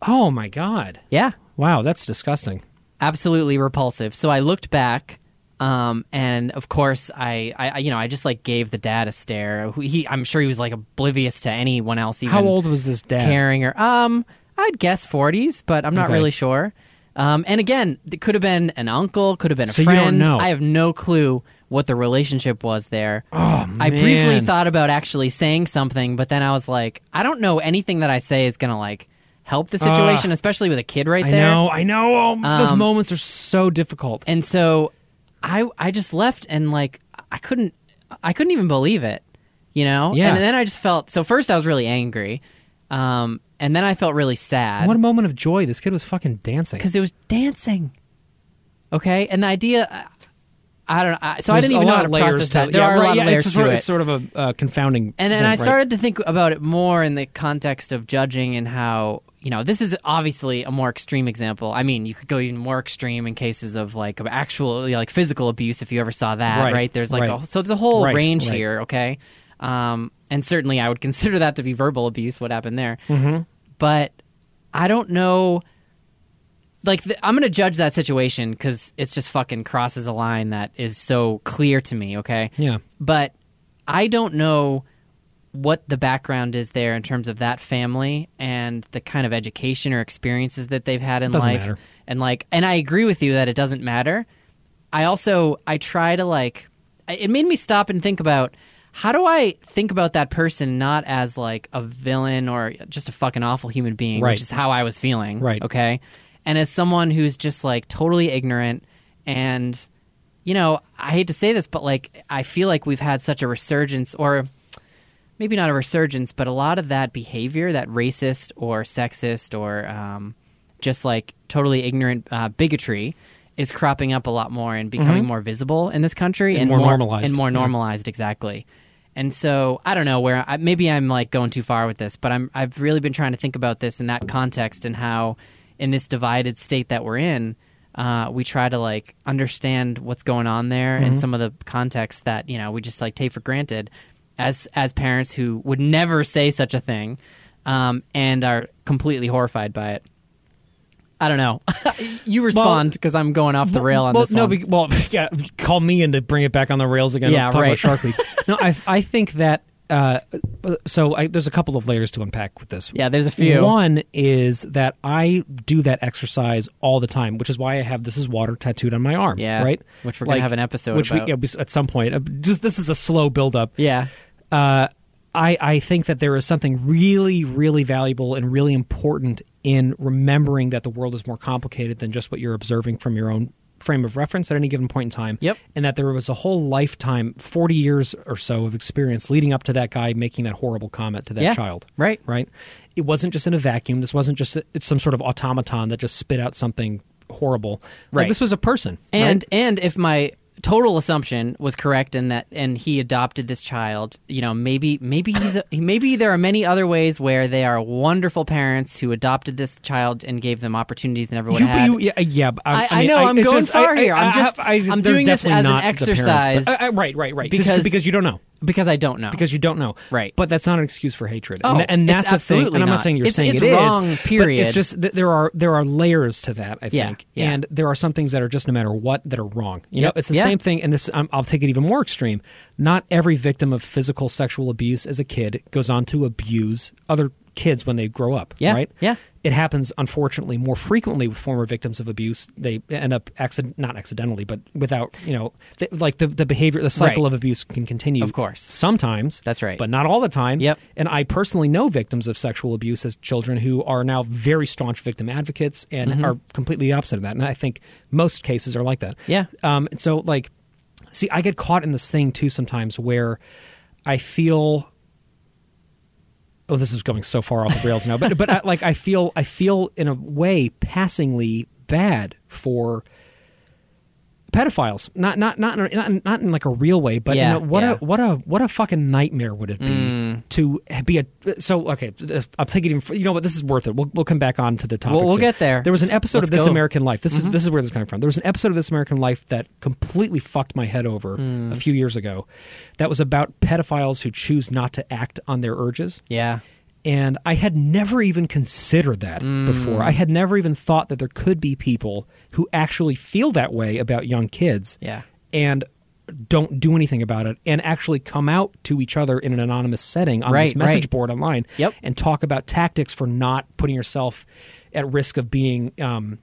Oh my god! Yeah, Wow, that's disgusting. absolutely repulsive. So I looked back, um, and of course, I, I, I- you know, I just like gave the dad a stare. Who- He, I'm sure he was like oblivious to anyone else. Even How old was this dad? caring or um i'd guess 40s but i'm not Okay. really sure um, and again it could have been an uncle could have been a So you don't friend know. i have no clue what the relationship was there Oh i briefly man. thought about actually saying something but then i was like i don't know anything that i say is gonna like help the situation especially with a kid right I there know. I know. Oh, those Um, moments are so difficult. and so I I just left and like I couldn't I couldn't even believe it, you know. Yeah. And then I just felt so. First, I was really angry, um, and then I felt really sad What a moment of joy! This kid was fucking dancing. because it was dancing. Okay, and the idea, I I don't know. I, so I There's didn't a even know lot how to of layers process that. There yeah, are a right, lot yeah, of layers to it's sort, it. It's sort of a uh, confounding. and and thing, I right? started to think about it more in the context of judging and how you know this is obviously a more extreme example. I mean, you could go even more extreme in cases of like of actual like physical abuse if you ever saw that, right? Right, There's like right. a, so there's a whole Right, range right. here, okay? Um, and certainly I would *laughs* consider that to be verbal abuse. What happened there? Mm-hmm. But I don't know. Like th- I'm gonna judge that situation because it's just fucking crosses a line that is so clear to me. Okay Yeah. but I don't know what the background is there in terms of that family and the kind of education or experiences that they've had in Doesn't life. matter. And like and I agree with you that it doesn't matter. I also I try to like I- it made me stop and think about how do I think about that person not as like a villain or just a fucking awful human being, Right. which is how I was feeling. Right. Okay. And as someone who's just like totally ignorant and you know, I hate to say this, but like I feel like we've had such a resurgence or maybe not a resurgence, but a lot of that behavior, that racist or sexist or um, just like totally ignorant uh, bigotry, is cropping up a lot more and becoming more visible in this country and, Mm-hmm. more normalized. And more Yeah. normalized, exactly. And so I don't know where I, maybe I'm like going too far with this, but I'm I've really been trying to think about this in that context and how in this divided state that we're in. Uh, we try to like understand what's going on there Mm-hmm. and some of the context that you know we just like take for granted as as parents who would never say such a thing um, and are completely horrified by it. I don't know. *laughs* you respond because I'm going off the rail on well, this no, one. be- well, yeah, call me in to bring it back on the rails again. Yeah, Let's *laughs* talk right. About Shark Week. no, I, I think that uh, so I, there's a couple of layers to unpack with this. Yeah, there's a few. One is that I do that exercise all the time, which is why I have this is water tattooed on my arm. Yeah, right. which we're gonna have an episode Which about. we yeah, at some point. uh, Just this is a slow buildup. Yeah. Uh, I I think that there is something really really valuable and really important in remembering that the world is more complicated than just what you're observing from your own frame of reference at any given point in time Yep. and that there was a whole lifetime 40 years or so of experience leading up to that guy making that horrible comment to that Yeah. child Right. right it wasn't just in a vacuum this wasn't just it's some sort of automaton that just spit out something horrible Like, Right. this was a person And right? and if my total assumption was correct in that and he adopted this child, you know, maybe maybe he's a, *laughs* maybe there are many other ways where they are wonderful parents who adopted this child and gave them opportunities they never would you, have. you, yeah, uh, yeah, but um, I- I, I know, mean, I'm it's going just- far I, here. I, I'm just- I, I, I'm they're doing this definitely as an not the parents, exercise. but- I- I- right, right, right. Because Because- because you don't know, because I don't know. because you don't know, Right. But that's not an excuse for hatred, Oh, and, and it's that's a thing. And absolutely I'm not, not. saying you're It's- saying it's it is, wrong, But period. it's just that there are there are layers to that. I Yeah, think, yeah. and there are some things that are just no matter what that are wrong. You Yep, know, it's the yeah. same thing. And this, i I'll take it even more extreme. Not every victim of physical sexual abuse as a kid goes on to abuse other kids when they grow up. Yeah, Right. yeah. It happens, unfortunately, more frequently with former victims of abuse. They end up accident, not accidentally, but without you know, th- like the the behavior, the cycle Right. of abuse can continue. Of course. sometimes That's right. but not all the time. Yep. And I personally know victims of sexual abuse as children who are now very staunch victim advocates and Mm-hmm. are completely the opposite of that. And I think most cases are like that. Yeah. Um, and so, like, see, I get caught in this thing too sometimes where I feel. Oh, this is going so far off the rails now, but but I, like I feel I feel in a way passingly bad for pedophiles. Not not not in, a- not, not in like a real way, but Yeah, in a, what yeah. Mm. a what a what a fucking nightmare would it be to be a so okay. this- I'm thinking even you know what this is worth it. We'll we'll come back on to the topic. We'll- we'll soon. get there. There was an episode Let's of This go. Mm-hmm. American Life. This is this is where this is coming from. There was an episode of This American Life that completely fucked my head over Mm. a few years ago. That was about pedophiles who choose not to act on their urges yeah. and I had never even considered that Mm. before. I had never even thought that there could be people who actually feel that way about young kids Yeah. and don't do anything about it and actually come out to each other in an anonymous setting on this Right, message right. board online Yep. and talk about tactics for not putting yourself at risk of being um,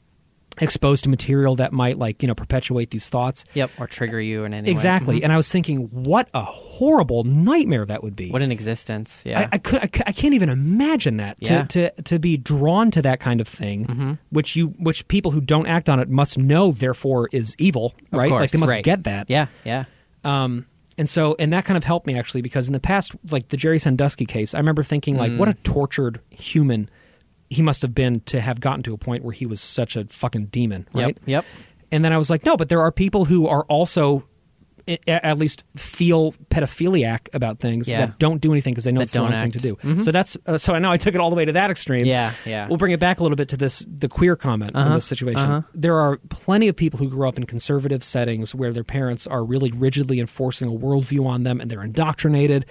exposed to material that might like you know perpetuate these thoughts Yep. Or trigger you in any way. Mm-hmm. exactly and i was thinking what a horrible nightmare that would be What an existence. Yeah. I, I, could, I, cou- I can't even imagine that Yeah. Mm-hmm. to, to to be drawn to that kind of thing, which you which people who don't act on it must know, therefore is evil, right? like course, they must right. get that, yeah. Yeah. Um, and so and that kind of helped me actually because in the past, like the Jerry Sandusky case, I remember thinking like, what a Mm. tortured human he must have been to have gotten to a point where he was such a fucking demon, Yep, right? yep. And then I was like, no, but there are people who are also a- at least feel pedophiliac about things Yeah. that don't do anything because they know That it's the don't wrong thing to act. Mm-hmm. do. So that's uh, so I know I took it all the way to that extreme. Yeah, yeah. We'll bring it back a little bit to this the queer comment Uh-huh. in this situation. There are plenty of people who grew up in conservative settings where their parents are really rigidly enforcing a worldview on them, and they're indoctrinated.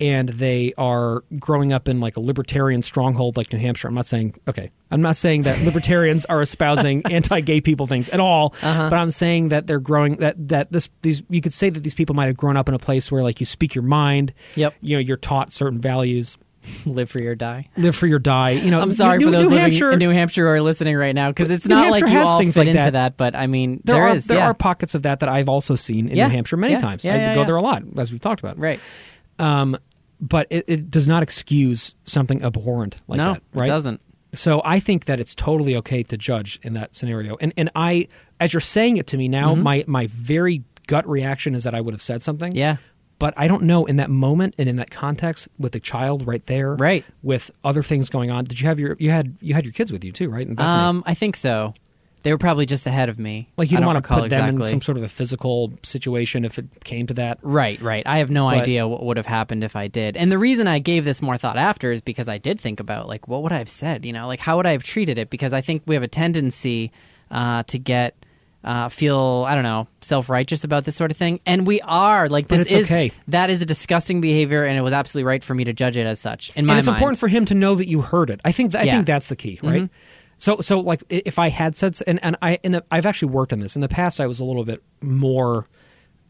And they are growing up in like a libertarian stronghold like New Hampshire. I'm not saying, okay, I'm not *laughs* saying that libertarians are espousing anti gay people things at all, Uh-huh. but I'm saying that they're growing, that, that this, these, you could say that these people might have grown up in a place where like you speak your mind, Yep. you know, you're taught certain values Live free or die. live free or die. You know, I'm sorry Uh, New, for those New living Hampshire, in New Hampshire who are listening right now because it's New not Hampshire like you has all things fit like into that. that. But I mean, there are is, there yeah. are pockets of that that I've also seen in Yeah, New Hampshire many yeah, times. yeah, I yeah, go yeah. there a lot, as we've talked about. right. Um, but it, it does not excuse something abhorrent like no, that. Right? it doesn't. So I think that it's totally okay to judge in that scenario. And and I, as you're saying it to me Mm-hmm. now, my my very gut reaction is that I would have said something. Yeah. But I don't know in that moment and in that context with the child right there, Right. With other things going on. Did you have your you had you had your kids with you too, right? And Bethany. Um, I think so. They were probably just ahead of me. Like you I don't, want to recall put them exactly. in some sort of a physical situation if it came to that. Right, right. I have no But- idea what would have happened if I did. And the reason I gave this more thought after is because I did think about like what would I have said, you know, like how would I have treated it? Because I think we have a tendency uh, to get uh, feel I don't know self righteous about this sort of thing, and we are like But this it's is okay. that is a disgusting behavior, and it was absolutely right for me to judge it as such. In my and it's mind. important for him to know that you heard it. I think th- I Yeah. Mm-hmm. think that's the key, right? So so like i- if I had said s- and and I in the, I've actually worked on this in the past. I was a little bit more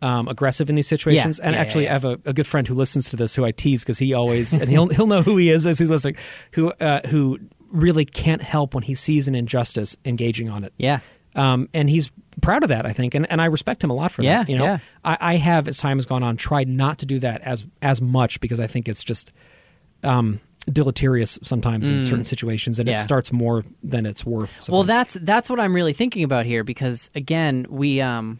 um, aggressive in these situations. Yeah, and yeah, yeah, actually, yeah. I have a, a good friend who listens to this, who I tease because he always and he'll he'll know who he is as he's listening. Who uh, who really can't help when he sees an injustice engaging on it. Yeah. Um, and he's proud of that, I think, and, and I respect him a lot for Yeah, that. You know, yeah. I, I have as time has gone on tried not to do that as as much because I think it's just um, deleterious sometimes in certain situations, and Mm. Yeah. it starts more than it's worth. Well, sometimes. that's that's what I'm really thinking about here because again, we um,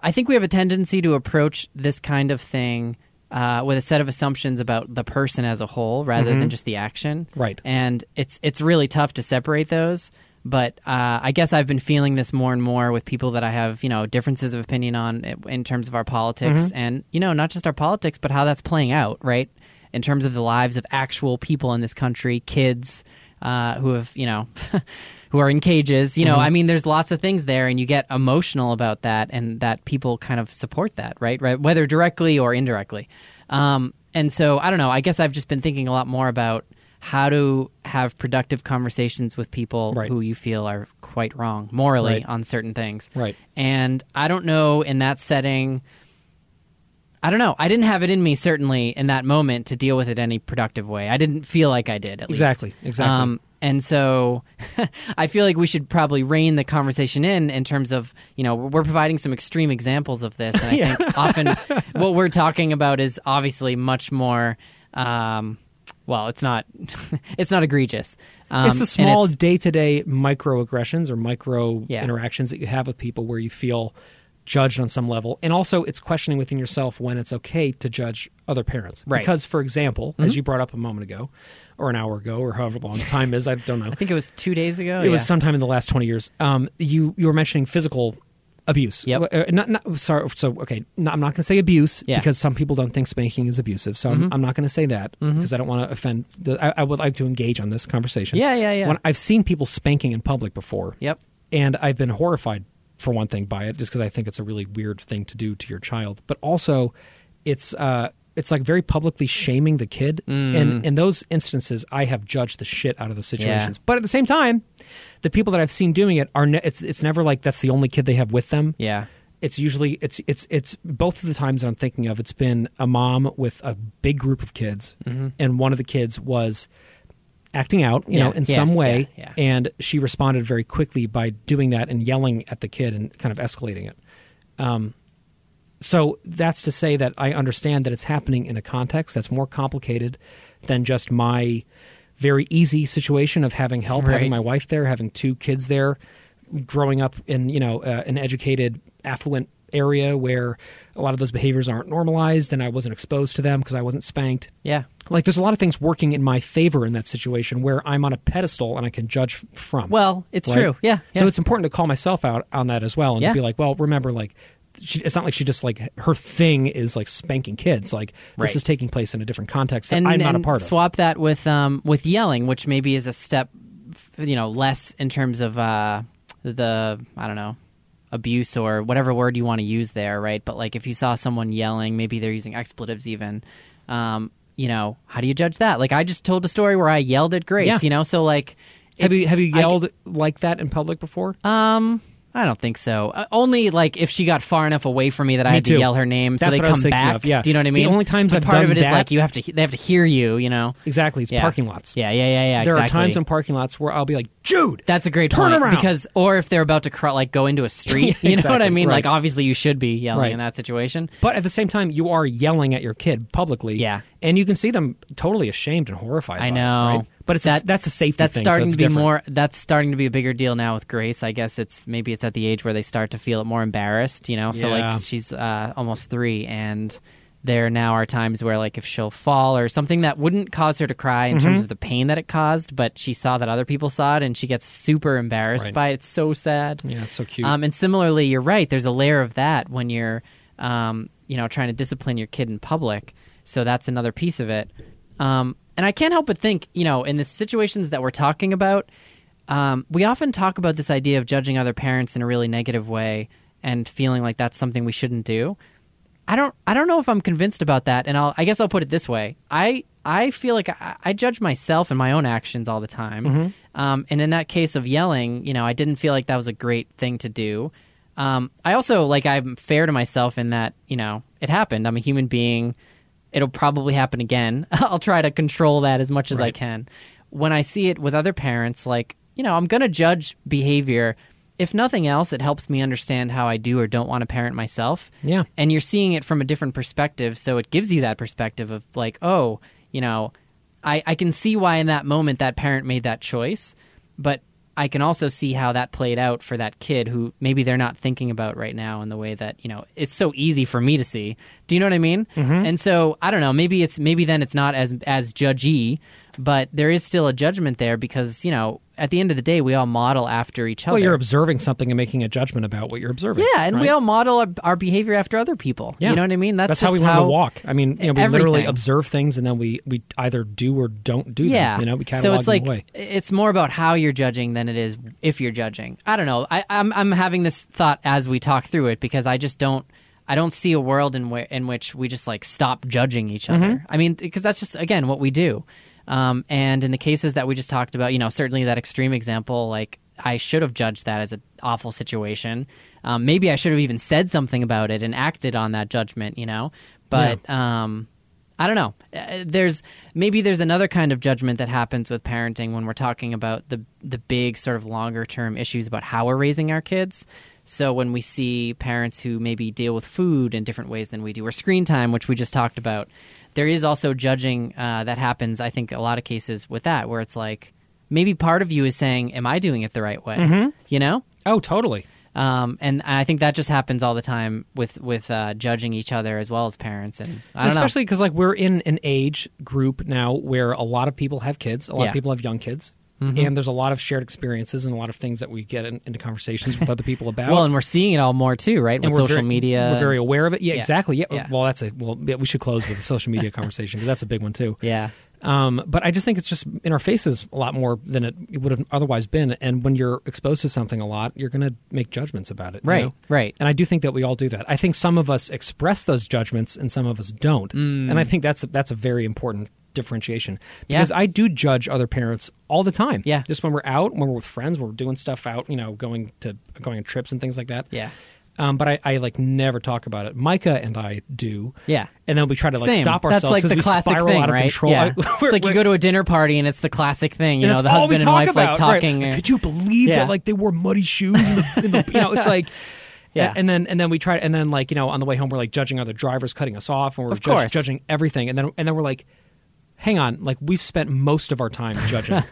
I think we have a tendency to approach this kind of thing uh, with a set of assumptions about the person as a whole rather than just the action. Right. And it's it's really tough to separate those. But uh, I guess I've been feeling this more and more with people that I have, you know, differences of opinion on i- in terms of our politics, and you know, not just our politics, but how that's playing out, right? In terms of the lives of actual people in this country, kids uh, who have, you know, *laughs* who are in cages. You know, I mean, there's lots of things there, and you get emotional about that, and that people kind of support that, right? Right, whether directly or indirectly. Um, and so, I don't know. I guess I've just been thinking a lot more about how to have productive conversations with people Right. who you feel are quite wrong morally Right. on certain things. Right. And I don't know in that setting. I don't know. I didn't have it in me certainly in that moment to deal with it any productive way. I didn't feel like I did at least. Exactly, exactly. and so *laughs* I feel like we should probably rein the conversation in in terms of, you know, we're providing some extreme examples of this. And I think *laughs* often what we're talking about is obviously much more, um, well, it's not, *laughs* it's not egregious. Um, it's the and small it's- day to day microaggressions or micro Yeah. interactions that you have with people where you feel judged on some level. And also, it's questioning within yourself when it's okay to judge other parents. Right. Mm-hmm. Because, for example, as you brought up a moment ago, or an hour ago, or however long time is, I don't know. I think it was two days ago. it was Oh, Yeah. sometime in the last 20 years um, you you were mentioning physical abuse Yep. Uh, not, not sorry so okay no, i'm not going to say abuse Yeah. Mm-hmm. because some people don't think spanking is abusive so I'm, I'm not going to say that because i don't want to offend the, I, I would like to engage on this conversation Yeah, yeah, yeah. when i've seen people spanking in public before Yep. and i've been horrified for one thing by it just because i think it's a really weird thing to do to your child but also it's uh it's like very publicly shaming the kid and in those instances i have judged the shit out of the situations but at the same time, the people that I've seen doing it are ne- it's it's never like that's the only kid they have with them. Yeah. It's usually it's it's it's both of the times that I'm thinking of. It's been a mom with a big group of kids, Mm-hmm. and one of the kids was acting out, you Yeah, know, in yeah, some way, yeah, yeah. and she responded very quickly by doing that and yelling at the kid and kind of escalating it. Um, so that's to say that I understand that it's happening in a context that's more complicated than just my very easy situation of having help, Right. having my wife there, having two kids there, growing up in you know uh, an educated, affluent area where a lot of those behaviors aren't normalized, and I wasn't exposed to them because I wasn't spanked. Yeah. Like there's a lot of things working in my favor in that situation where I'm on a pedestal and I can judge f- from. Well, it's right? true. Yeah. So yeah. it's important to call myself out on that as well and Yeah. to be like, well, remember, like, she, it's not like she just like her thing is like spanking kids. Like Right. this is taking place in a different context that I'm not a and part of. Swap that with um, with yelling, which maybe is a step, f- you know, less in terms of uh, the I don't know abuse or whatever word you want to use there, right? But like if you saw someone yelling, maybe they're using expletives even. Um, you know, how do you judge that? Like I just told a story where I yelled at Grace. Yeah. You know, so like Have it's- you have you I- yelled like that in public before? um, I don't think so. Uh, only like if she got far enough away from me that I Me had to too. yell her name, so That's they what I was come thinking back. of, yeah. Do you know what I The mean? only times But I've part of done it is that- like you have to they have to hear you. You know. exactly. It's Yeah. parking lots. Yeah, yeah, yeah, yeah. There exactly. are times in parking lots where I'll be like, Jude, That's a great Turn point around. because, or if they're about to cro- like go into a street, *laughs* Yeah, you know what I exactly, mean. Like right. obviously you should be yelling Right. in that situation. But at the same time, you are yelling at your kid publicly. Yeah. and you can see them totally ashamed and horrified. I by it, know. right? but it's a- That- that's a safety. That's thing, so starting it's to be different. more. That's starting to be a bigger deal now with Grace. I guess it's maybe it's at the age where they start to feel it more embarrassed. You know, so Yeah. like she's uh, almost three, and there now are times where like if she'll fall or something that wouldn't cause her to cry in Mm-hmm. terms of the pain that it caused, but she saw that other people saw it and she gets super embarrassed Right. by it. It's so sad. Yeah, it's so cute. Um, and similarly, you're right. There's a layer of that when you're, um, you know, trying to discipline your kid in public. So that's another piece of it. Um, and I can't help but think, you know, in the situations that we're talking about, um, we often talk about this idea of judging other parents in a really negative way and feeling like that's something we shouldn't do. I don't I don't know if I'm convinced about that and I'll I guess I'll put it this way. I I feel like I, I judge myself and my own actions all the Mm-hmm. time. Um, and in that case of yelling, you know, I didn't feel like that was a great thing to do. Um, I also like I'm fair to myself in that you know it happened. I'm a human being. It'll probably happen again. *laughs* I'll try to control that as much as I Right. can. When I see it with other parents, like you know, I'm gonna judge behavior. If nothing else, it helps me understand how I do or don't want to parent myself. Yeah. and you're seeing it from a different perspective, so it gives you that perspective of like, oh, you know, I, I can see why in that moment that parent made that choice, but I can also see how that played out for that kid who maybe they're not thinking about right now in the way that, you know, it's so easy for me to see. Do you know what I mean? Mm-hmm. And so I don't know, maybe it's maybe then it's not as as judgy, but there is still a judgment there because, you know, at the end of the day we all model after each other. Well, you're observing something and making a judgment about what you're observing. yeah, and we right? all model our, our behavior after other people. Yeah. You know what I mean? That's, That's just how we learn to walk. I mean, you know, we literally Everything. observe things and then we, we either do or don't do yeah. them. You know, we catalog so it's them like away. it's more about how you're judging than it is if you're judging. I don't know. I, I'm I'm having this thought as we talk through it because I just don't I don't see a world in where in which we just like stop judging each Mm-hmm. other. I mean, because that's just again what we do. Um, and in the cases that we just talked about, you know, certainly that extreme example, like I should have judged that as an awful situation. Um, maybe I should have even said something about it and acted on that judgment, you know. But um, I don't know. Uh, There's maybe there's another kind of judgment that happens with parenting when we're talking about the the big sort of longer term issues about how we're raising our kids. So when we see parents who maybe deal with food in different ways than we do, or screen time, which we just talked about, there is also judging uh, that happens. I think a lot of cases with that where it's like maybe part of you is saying, "Am I doing it the right way?" You know. Oh, totally. Um, and I think that just happens all the time with with uh, judging each other as well as parents, and I don't know. Especially because like we're in an age group now where a lot of people have kids, a Yeah. lot Mm-hmm. of people have young kids, and there's a lot of shared experiences and a lot of things that we get in, into conversations with other people about. *laughs* Well, and we're seeing it all more too, right? With And social very, media. we're very aware of it. Yeah, Yeah. exactly. Yeah. Yeah. Well, that's a well. Yeah, we should close with the social media *laughs* conversation because that's a big one too. yeah. Um, but I just think it's just in our faces a lot more than it, it would have otherwise been. And when you're exposed to something a lot, you're going to make judgments about it. you Right, know? right. And I do think that we all do that. I think some of us express those judgments and some of us don't. And I think that's a, that's a very important differentiation Mm. Yeah. because I do judge other parents all the time. Yeah. Just when we're out, when we're with friends, when we're doing stuff out, you know, going to going on trips and things like that. Yeah. Um, but I, I like never talk about it. Micah and I do. Yeah. And then we try to like Same. stop That's ourselves like 'cause the we classic spiral thing, out of right? control. Yeah. I- it's like you *laughs* we're- go to a dinner party and it's the classic thing, you and know, that's the all we husband and talk wife like about, right. talking. Like, or- Could you believe Yeah. that like they wore muddy shoes? In the, in the, *laughs* you know, it's like. Yeah. And then and then we try and then like you know on the way home we're like judging other drivers cutting us off and we're Of judge- course. judging everything and then and then we're like, hang on, like we've spent most of our time *laughs* judging,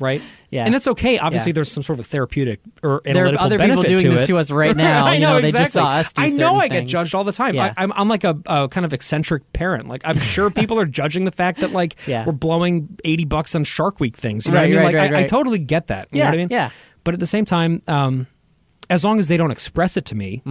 right? Yeah. And that's okay. Obviously, Yeah. there's some sort of therapeutic or are analytical other people benefit doing to this it. to us right now, *laughs* I you know, know, they exactly. just saw us do I know certain I get things. judged all the time. Yeah. I, I'm I'm like a, a kind of eccentric parent. Like I'm sure people are judging the fact that like Yeah. we're blowing eighty bucks on Shark Week things. You know Right, what I mean? right, like right, I, I right. totally get that. You know Yeah, what I mean? yeah. But at the same time, um, as long as they don't express it to me,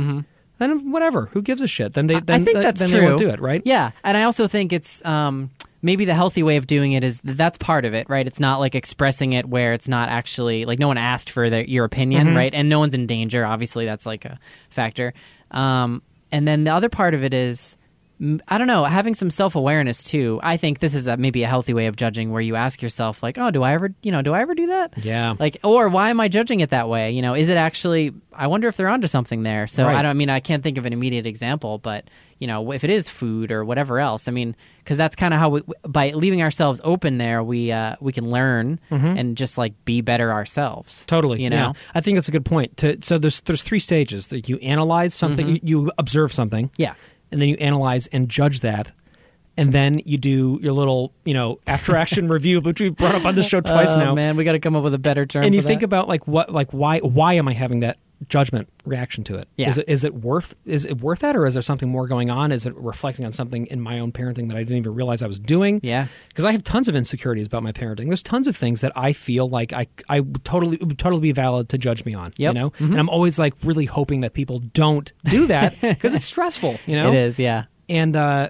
then whatever. Who gives a shit? Then they then, Mm-hmm. I think then- that's then true. they won't do it, right? Yeah, and I also think it's um, maybe the healthy way of doing it is th- that's part of it, right? It's not like expressing it where it's not actually like no one asked for their, your opinion, Mm-hmm. right? And no one's in danger. Obviously, that's like a factor. Um, and then the other part of it is. mm, I don't know, having some self awareness too. I think this is a, maybe a healthy way of judging, where you ask yourself, like, "Oh, do I ever, you know, do I ever do that?" Yeah. Like, or why am I judging it that way? You know, is it actually? I wonder if they're onto something there. So Right. I don't. I mean, I can't think of an immediate example, but you know, if it is food or whatever else, I mean, because that's kind of how we by leaving ourselves open there, we uh, we can learn and just like be better ourselves. Mm-hmm. Totally. You know. yeah. I think that's a good point. To, so there's there's three stages that you analyze something, you, you observe something, Mm-hmm. Yeah. and then you analyze and judge that, and then you do your little you know after action *laughs* review, which we've brought up on this show twice Oh, now. man, we got to come up with a better term. And you for think that. about like what like why why am I having that judgment reaction to it? Yeah. Is it is it worth is it worth that or is there something more going on? Is it reflecting on something in my own parenting that I didn't even realize I was doing? Yeah. Because I have tons of insecurities about my parenting. There's tons of things that I feel like I I would totally it would totally be valid to judge me on. Yep. Mm-hmm. You know? And I'm always like really hoping that people don't do *laughs* that because it's stressful, you know? it is. Yeah. and uh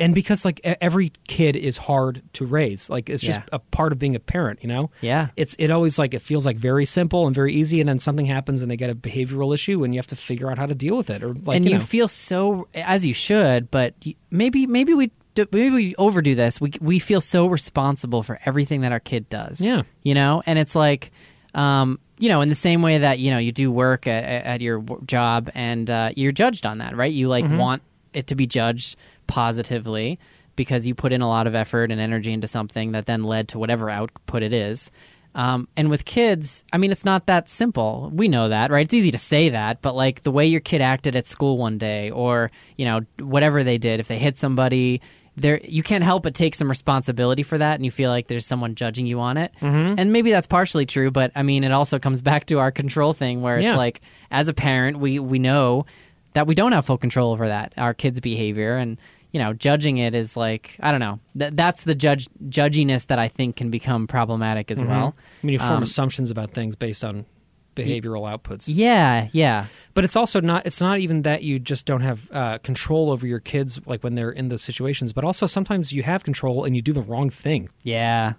and because like e- every kid is hard to raise like it's just Yeah. a part of being a parent you know Yeah. it's it always like it feels like very simple and very easy and then something happens and they get a behavioral issue and you have to figure out how to deal with it or like and you, you, know feel so as you should, but y- maybe maybe we d- maybe we overdo this. We we feel so responsible for everything that our kid does. Yeah. you know, and it's like Um, you know, in the same way that you know you do work at, at your w- job and uh, you're judged on that, right? You like Mm-hmm. want it to be judged positively because you put in a lot of effort and energy into something that then led to whatever output it is. Um, and with kids, I mean, it's not that simple. We know that, right? It's easy to say that, but like the way your kid acted at school one day, or you know, whatever they did, if they hit somebody, there you can't help but take some responsibility for that, and you feel like there's someone judging you on it. And maybe that's partially true, but I mean, it also comes back to our control thing, where it's Yeah. like, as a parent, we we know that we don't have full control over that our kids' behavior, and you know, judging it is like I don't know. Th- that's the judge judginess that I think can become problematic as well. I mean, you form Um, assumptions about things based on behavioral outputs. Yeah, yeah, But it's also not it's not even that you just don't have uh, control over your kids like when they're in those situations, but also sometimes you have control and you do the wrong thing. yeah.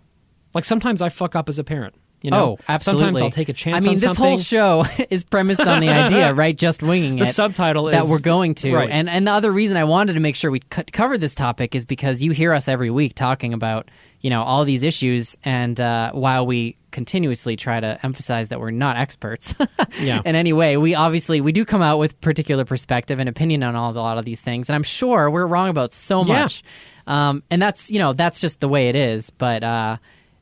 Like sometimes I fuck up as a parent. You know? oh, absolutely. Sometimes I'll take a chance. I mean, on this something. whole show *laughs* is premised on the *laughs* idea, right? Just winging The it. subtitle that is- we're going to, right. and and the other reason I wanted to make sure we co- covered this topic is because you hear us every week talking about you know all these issues, and uh, while we continuously try to emphasize that we're not experts *laughs* Yeah. in any way, we obviously we do come out with particular perspective and opinion on all a lot of these things, and I'm sure we're wrong about so Yeah. much. Um, and that's you know that's just the way it is, but uh,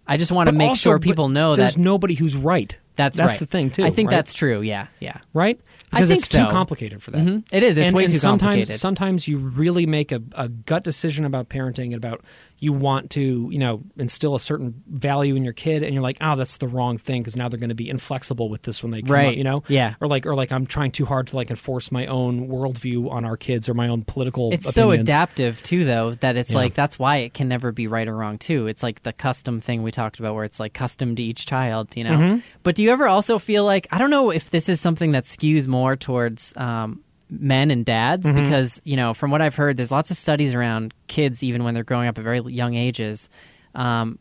I just want to But make also, sure but people know that there's nobody who's right. that's that's right. the thing too. I think right? that's true. Yeah, yeah. right. I Because think it's so. Mm-hmm. too complicated for that. It is. It's and, way and too sometimes, complicated. Sometimes you really make a, a gut decision about parenting and about you want to, you know, instill a certain value in your kid, and you're like, oh, that's the wrong thing because now they're going to be inflexible with this when they come up, Right. you know, Yeah. or like, or like I'm trying too hard to like enforce my own worldview on our kids or my own political. it's so opinions. adaptive too, though, that it's Yeah. like that's why it can never be right or wrong too. It's like the custom thing we talked about, where it's like custom to each child, you know. Mm-hmm. But do you ever also feel like I don't know if this is something that skews more towards um, men and dads Mm-hmm. because you know from what I've heard, there's lots of studies around kids even when they're growing up at very young ages. Um,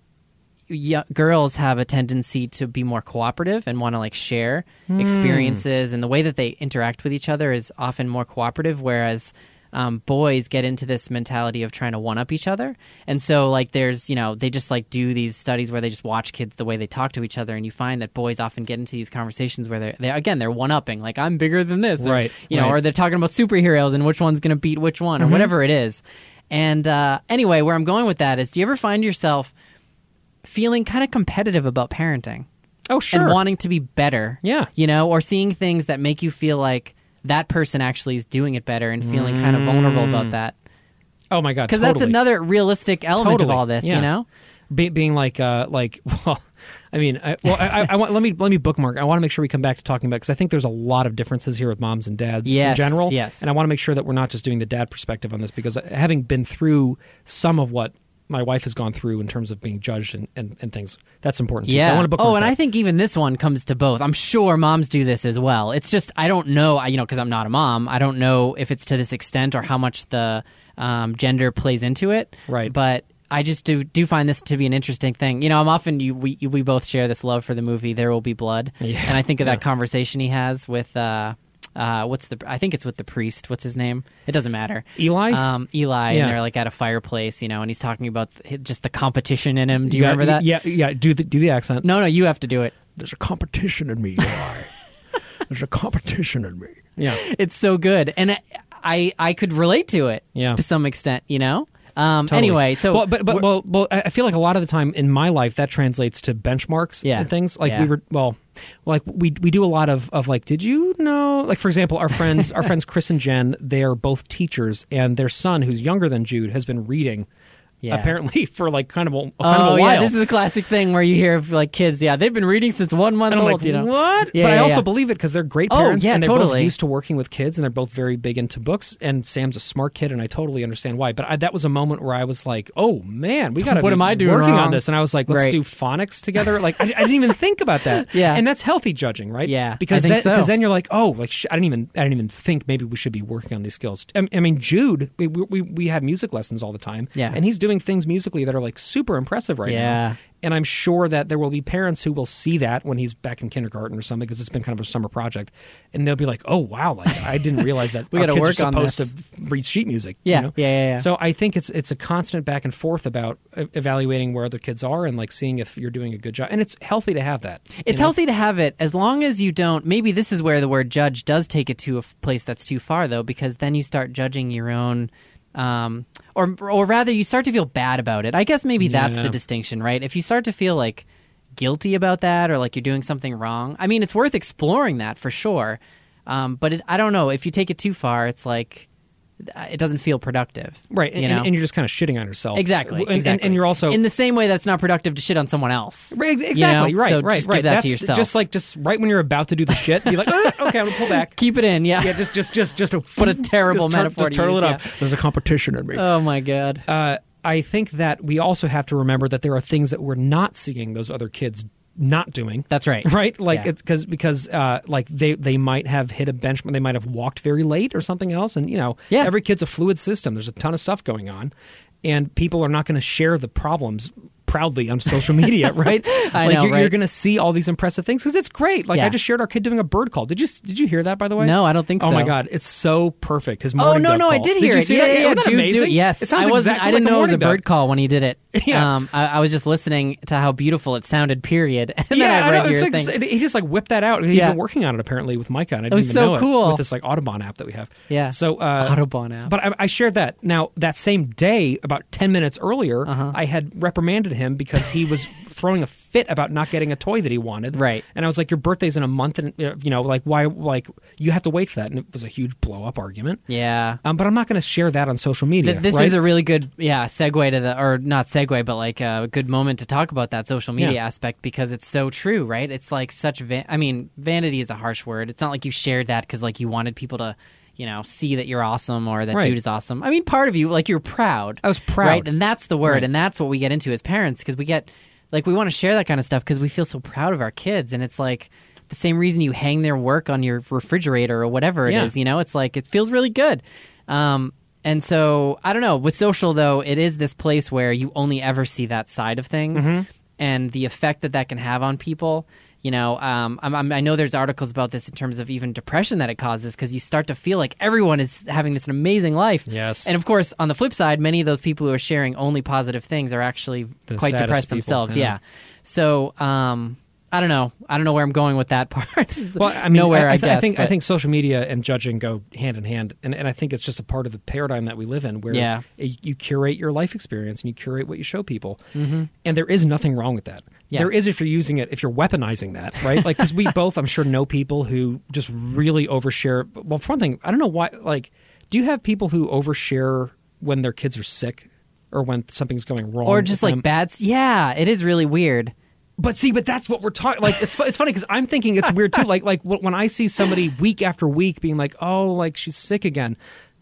y- girls have a tendency to be more cooperative and want to like share Hmm. experiences and the way that they interact with each other is often more cooperative whereas um, boys get into this mentality of trying to one up each other and so like there's you know they just like do these studies where they just watch kids the way they talk to each other and you find that boys often get into these conversations where they're, they again they're one upping like i'm bigger than this or, Right, you know right. Mm-hmm. or they're talking about superheroes and which one's going to beat which one or whatever it is and uh, anyway where i'm going with that is do you ever find yourself feeling kind of competitive about parenting Oh sure. and wanting to be better. Yeah. You know, or seeing things that make you feel like that person actually is doing it better and feeling kind of vulnerable about that. oh my god. Because Mm. totally. that's another realistic element Totally. of all this, Yeah. you know? Be- being like uh like *laughs* well i mean I, well I, I, I want let me let me bookmark i want to make sure we come back to talking about because i think there's a lot of differences here with moms and dads Yes, in general yes. and i want to make sure that we're not just doing the dad perspective on this because uh, having been through some of what my wife has gone through in terms of being judged and, and, and things that's important too. So Yeah. i want to bookmark oh, and that. I think even this one comes to both. I'm sure moms do this as well. It's just I don't know. I you know because I'm not a mom. I don't know if it's to this extent or how much the um, gender plays into it. Right. But I just do do find this to be an interesting thing. You know, I'm often you, we we both share this love for the movie There Will Be Blood, Yeah. and I think of that conversation he has with. Uh, uh, what's the? I think it's with the priest. What's his name? It doesn't matter. Eli? Um, Eli, Yeah. and they're like at a fireplace, you know, and he's talking about th- just the competition in him. Do you Yeah, remember that? yeah yeah do the do the accent No, no, you have to do it. There's a competition in me, Eli. There's a competition in *laughs* me. yeah It's so good, and I- I I could relate to it, Yeah. to some extent, you know. Um, Totally. anyway, so well, but but we're- well, well, I I feel like a lot of the time in my life that translates to benchmarks Yeah. and things like Yeah. we were well, like we we do a lot of of like did you know like for example our *laughs* friends our friends Chris and Jen they are both teachers and their son who's younger than Jude has been reading Yeah. apparently *laughs* for like kind of a, kind oh of a while. yeah, this is a classic thing where you hear of, like kids, yeah, they've been reading since one month and I'm old, like, you know. what? Yeah, but I yeah, also yeah. believe it because they're great Oh, parents yeah, and they're both totally. used to working with kids and they're both very big into books. And Sam's a smart kid, and I totally understand why. But I, that was a moment where I was like, oh man, we got to What am I doing working on wrong? this? And I was like, let's Right. do phonics together. Like I, I didn't even think about that. *laughs* Yeah. and that's healthy judging, right? Yeah, I because think that- so. because then you're like, oh, like sh- I didn't even I didn't even think maybe we should be working on these skills. I, I mean, Jude, we, we we had music lessons all the time. Yeah. and he's doing doing things musically that are like super impressive right Yeah. now. And I'm sure that there will be parents who will see that when he's back in kindergarten or something because it's been kind of a summer project, and they'll be like, "Oh wow, like I *laughs* didn't realize that We our gotta kids work are on supposed this. to read sheet music." you Yeah, know? yeah, yeah, yeah. So I think it's it's a constant back and forth about e- evaluating where other kids are and like seeing if you're doing a good job, and it's healthy to have that. you It's know? healthy to have it as long as you don't. Maybe this is where the word judge does take it to a f- place that's too far, though, because then you start judging your own. Um, or, or rather, you start to feel bad about it. I guess maybe that's Yeah. the distinction, right? If you start to feel like guilty about that or like you're doing something wrong, I mean, it's worth exploring that for sure. Um, but it, I don't know. If you take it too far, it's like uh, it doesn't feel productive. right? You and, know? and you're just kind of shitting on yourself, exactly. And, and- exactly. and you're also In the same way that's not productive to shit on someone else. Right, ex- exactly You know? right, So right, just right. Give that That's to yourself. Just like just right when you're about to do the shit, you're like, *laughs* "Ah, okay, I'm gonna pull back. Keep it in, yeah. Yeah, just just just *laughs* just a What a terrible just tur- metaphor Just to turtle use, it up. yeah. There's a competition in me. *laughs* Oh my god. Uh, I think that we also have to remember that there are things that we're not seeing those other kids not doing. That's right. Right, like Yeah. it's because because uh, like they they might have hit a benchmark, they might have walked very late or something else, and you know, Yeah. every kid's a fluid system. There's a ton of stuff going on, and people are not going to share the problems proudly on *laughs* social media, right? I like know, you're, right? you're going to see all these impressive things because it's great. Like Yeah. I just shared our kid doing a bird call. Did you did you hear that by the way? No, I don't think Oh so. my god, it's so perfect. His morning oh no, dove no, I call. did hear you it. see yeah, that? yeah, Wasn't that dude, amazing? dude, yes, it sounds I wasn't. exactly I didn't like know it was a morning bird dove. call when he did it. *laughs* Yeah. Um, I, I was just listening to how beautiful it sounded. Period. *laughs* And then yeah, I read know. your it's thing. like, He just like whipped that out. He's Yeah. been working on it apparently with Micah, and I didn't was even so know cool. it with this like Audubon app that we have. Yeah. So uh, Audubon app. But I, I shared that. Now that same day, about ten minutes earlier, Uh-huh. I had reprimanded him because *laughs* he was throwing a fit about not getting a toy that he wanted. Right. And I was like, "Your birthday's in a month, and uh, you know, like why? Like you have to wait for that." And it was a huge blow up argument. yeah. Um, but I'm not going to share that on social media. Th- this right? is a really good yeah segue to the or not segue but like a good moment to talk about that social media Yeah. aspect because it's so true right it's like such va- i mean vanity is a harsh word it's not like you shared that because like you wanted people to you know see that you're awesome or that Right. dude is awesome i mean part of you like you're proud I was proud. right and that's the word Right. and that's what we get into as parents because we get like we want to share that kind of stuff because we feel so proud of our kids and it's like the same reason you hang their work on your refrigerator or whatever it is. Yeah. you know it's like it feels really good um, and so i don't know with social though it is this place where you only ever see that side of things Mm-hmm. and the effect that that can have on people you know um, I'm, I'm, i know there's articles about this in terms of even depression that it causes because you start to feel like everyone is having this amazing life Yes. and of course on the flip side many of those people who are sharing only positive things are actually The quite saddest depressed people, themselves yeah. yeah so um, i don't know i don't know where i'm going with that *laughs* part It's well, I mean, nowhere i, I, th- guess I think I but- think social media and judging go hand in hand, and, and I think it's just a part of the paradigm that we live in, where Yeah. it- you curate your life experience and you curate what you show people, and there is nothing wrong with that. Mm-hmm. Yeah. There is if you're using it, if you're weaponizing that, right? Like, because *laughs* we both, I'm sure, know people who just really overshare. Well, for one thing, I don't know why. Like, do you have people who overshare when their kids are sick? Or when something's going wrong, or just with like them? bad s- yeah it is really weird But see, but that's what we're talking. Like, it's fu- it's funny because I'm thinking it's weird too. Like, like wh- when I see somebody week after week being like, "Oh, like she's sick again,"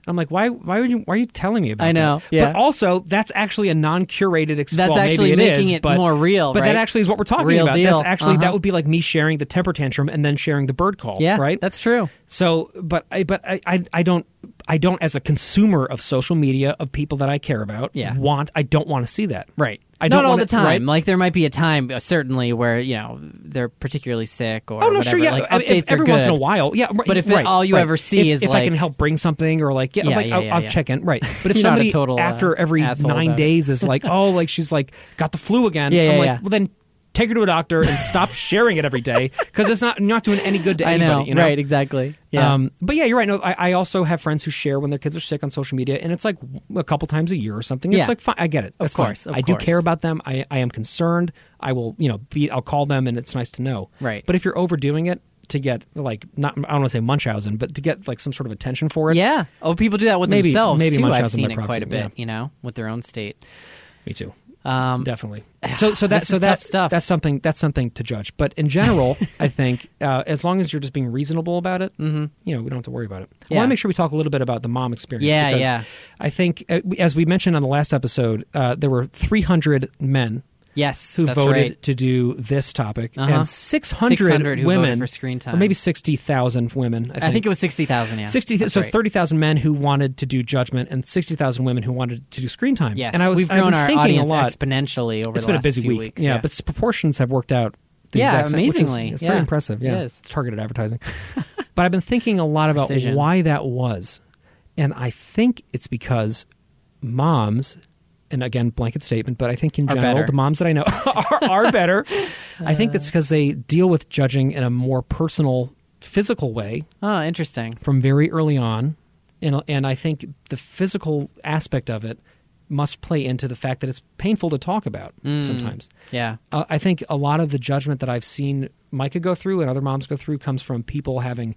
I'm like, "Why? Why would you? Why are you telling me about?" I know, That? yeah. But also, that's actually a non-curated. Ex- That's well, maybe actually it making is, it but- more real, But right? that actually is what we're talking Real about. deal. That's actually Uh-huh. that would be like me sharing the temper tantrum and then sharing the bird call. yeah right. that's true So, but I, but I, I, I don't, I don't, as a consumer of social media of people that I care about, Yeah. want I don't want to see that. Right. I Not don't all wanna- the time. right? Like there might be a time, uh, certainly, where you know they're particularly sick or Oh no, whatever. sure, yeah. Like I mean, if- updates every are good. once in a while, yeah. Right, But if it- right, all you right. ever see If- is if I can like- help bring something or like yeah, Yeah, like yeah, I'll, yeah, I'll yeah. check in, right. But *laughs* if You're not a somebody total, uh, after every asshole nine about it. days is *laughs* like, oh, like she's like got the flu again, Yeah, I'm yeah, like, yeah. well then take her to a doctor and stop sharing it every day because it's not you're not doing any good *laughs* to I anybody. know, you know? Right. Exactly. Yeah. Um, but yeah, you're right. No, I, I also have friends who share when their kids are sick on social media, and it's like w- a couple times a year or something. It's Yeah. like fine, I get it. That's fine. course, of I do course. care about them. I, I am concerned. I will, you know, be. I'll call them, and it's nice to know. Right. But if you're overdoing it to get like not, I don't want to say Munchausen, but to get like some sort of attention for it. yeah. Oh, people do that with Maybe- themselves maybe too. I've Munchausen by seen it quite a proxy, bit. yeah. You know, with their own state. Me too. Um, Definitely. So so that this so is that tough stuff. that's something that's something to judge. But in *laughs* general, I think uh, as long as you're just being reasonable about it, you know, we don't have to worry about it. I want Mm-hmm. Yeah. to make sure we talk a little bit about the mom experience. Yeah, because yeah. I think uh, we- as we mentioned on the last episode, uh, there were 300 men Yes, who that's voted right. to do this topic, Uh-huh. and 600, 600 who voted women for screen time. or maybe sixty thousand women. I think, I think it was sixty thousand. Yeah, sixty. That's so right. thirty thousand men who wanted to do judgment, and sixty thousand women who wanted to do screen time. Yes, and I was we've I've grown been our thinking audience a lot. exponentially over it's the been a last busy few week, weeks. yeah, But its proportions have worked out. The Yeah, exact same, which is- amazingly. it's Yeah. very impressive. Yeah, It is. it's *laughs* targeted advertising. but I've been thinking a lot about Precision. why that was, and I think it's because moms. And again, blanket statement, but I think in Are general, better. Uh. the moms that I know *laughs* *laughs* are, are better. I think that's because they deal with judging in a more personal, physical way oh, interesting. from very early on, and and I think the physical aspect of it must play into the fact that it's painful to talk about Mm. sometimes. Yeah, Uh, I think a lot of the judgment that I've seen Micah go through and other moms go through comes from people having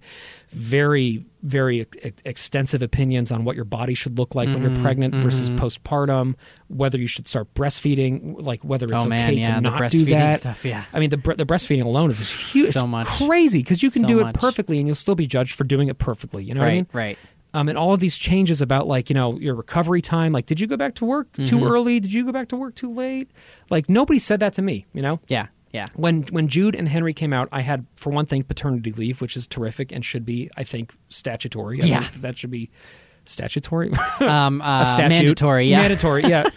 very, very ex- extensive opinions on what your body should look like Mm-hmm, when you're pregnant versus postpartum, whether you should start breastfeeding, like whether it's Oh, okay man, yeah, to the not do breastfeeding that. stuff, yeah. I mean, the bre- the breastfeeding *sighs* alone is huge, So much. crazy because you can So do it much. perfectly and you'll still be judged for doing it perfectly. You know what I right, mean? right. um, and all of these changes about like you know your recovery time like did you go back to work Mm-hmm. too early did you go back to work too late like nobody said that to me you know Yeah, yeah. when when jude and henry came out i had for one thing paternity leave which is terrific and should be i think statutory I Yeah. think that should be statutory Um, uh, *laughs* *laughs* a statute mandatory. Yeah, mandatory *laughs* yeah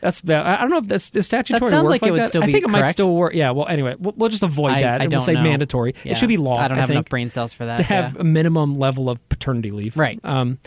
That's I I don't know if that's is statutory. sounds work like it would that? still I be think it might correct. still work. Yeah. Well, anyway, we'll, we'll just avoid I, that. I and don't we'll say know. mandatory. Yeah. It should be law. I don't have enough think brain cells for that. to have yeah. a minimum level of paternity leave. Right. Um,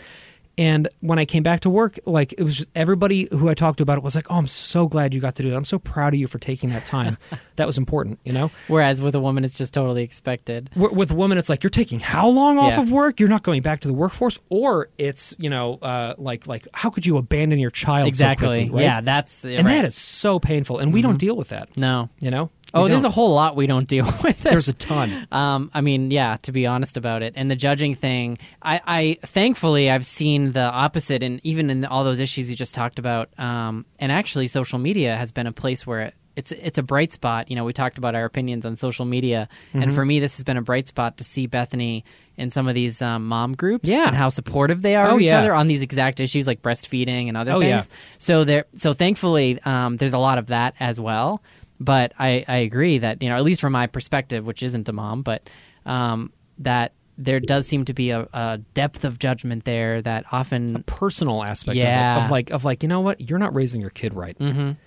and when I came back to work, like it was just everybody who I talked to about it was like, "Oh, I'm so glad you got to do that. I'm so proud of you for taking *laughs* that time. that was important." You know, Whereas with a woman, it's just totally expected. with, with women, it's like you're taking how long off Yeah. of work? You're not going back to the workforce, or it's you know, uh, like like how could you abandon your child? so Exactly. quickly, right? Yeah, that's and right. that is so painful, and we don't deal with that. no. You know. Oh, We there's a don't. whole lot we don't deal *laughs* with. there's a ton. Um, I mean, yeah, to be honest about it, and the judging thing, I, I thankfully I've seen the opposite, and even in all those issues you just talked about, um, and actually, social media has been a place where it, it's it's a bright spot. You know, we talked about our opinions on social media, and Mm-hmm. for me, this has been a bright spot to see Bethany in some of these um, mom groups, Yeah. and how supportive they are Oh, of each yeah. other on these exact issues like breastfeeding and other Oh, yeah. things. So there, so thankfully, um, there's a lot of that as well. But I, I agree that you know, at least from my perspective, which isn't a mom, but um, that there does seem to be a, a depth of judgment there that often personal aspect of Yeah. Mm-hmm, it of like of like you know what you're not raising your kid right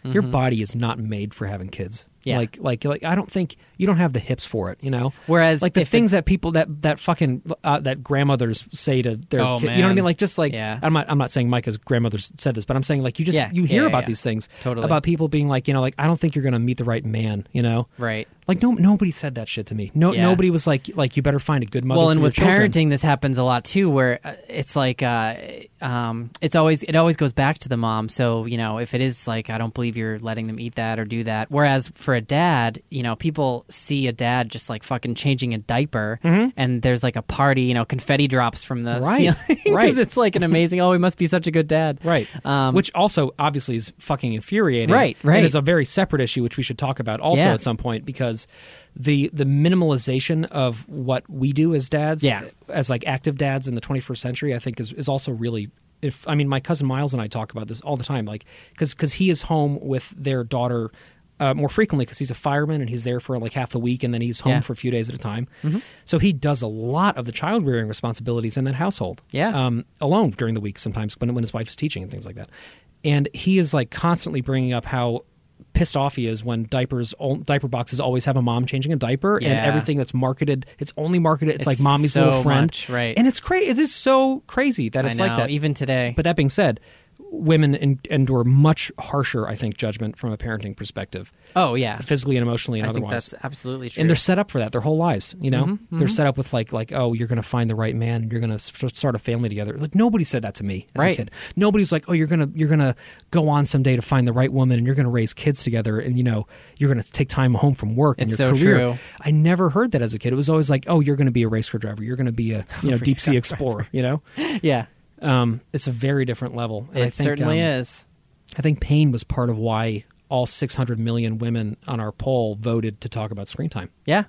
your body is not made for having kids Yeah. like like like i don't think you don't have the hips for it you know Whereas like the if things that people that that fucking uh, that grandmothers say to their Oh, kid you know what i man. mean like just like Yeah. i'm not i'm not saying micah's grandmother's said this but i'm saying like you just Yeah. you hear Yeah, yeah, about yeah. these things Totally. about people being like you know like i don't think you're gonna meet the right man you know right. like no nobody said that shit to me no Yeah. nobody was like like you better find a good mother well, and for with your children. parenting, this happens a lot too, where uh, it's like, uh, um, it's always it always goes back to the mom. So you know, if it is like, I don't believe you're letting them eat that or do that. Whereas for a dad, you know, people see a dad just like fucking changing a diaper, and there's like a party, you know, confetti drops from the Mm-hmm. Right. ceiling *laughs* Right. because it's like an amazing. Oh, he must be such a good dad, Right. Um, which also obviously is fucking infuriating. Right, right. And is a very separate issue which we should talk about also Yeah. at some point because the the minimalization of what we do as dads Yeah. as like active dads in the 21st century I think is is also really if I mean my cousin Miles and I talk about this all the time like cuz cuz he is home with their daughter uh, more frequently because he's a fireman and he's there for like half the week and then he's home Yeah. Mm-hmm. for a few days at a time. So he does a lot of the child rearing responsibilities in that household Yeah. um, alone during the week sometimes when, when his wife is teaching and things like that. And he is like constantly bringing up how pissed off he is when diapers ol- diaper boxes always have a mom changing a diaper and Yeah. everything that's marketed it's only marketed it's, It's like mommy's so little friend much, right. and it's crazy it is so crazy that I it's know, like that even today. but that being said women en- endure much harsher i think judgment from a parenting perspective oh yeah, physically and emotionally and I think otherwise that's absolutely true. Mm-hmm, and they're set up for that their whole lives you know they're set up with like like oh you're gonna find the right man you're gonna s- start a family together like nobody said that to me as a Right. kid nobody's like oh you're gonna you're gonna go on someday to find the right woman and you're gonna raise kids together and you know you're gonna take time home from work and It's your so career true. i never heard that as a kid it was always like oh you're gonna be a race car driver you're gonna be a you know *laughs* deep sea explorer you know yeah, um, it's a very different level and it I think, certainly um, is. i think pain was part of why all 600 million women on our poll voted to talk about screen time Yeah,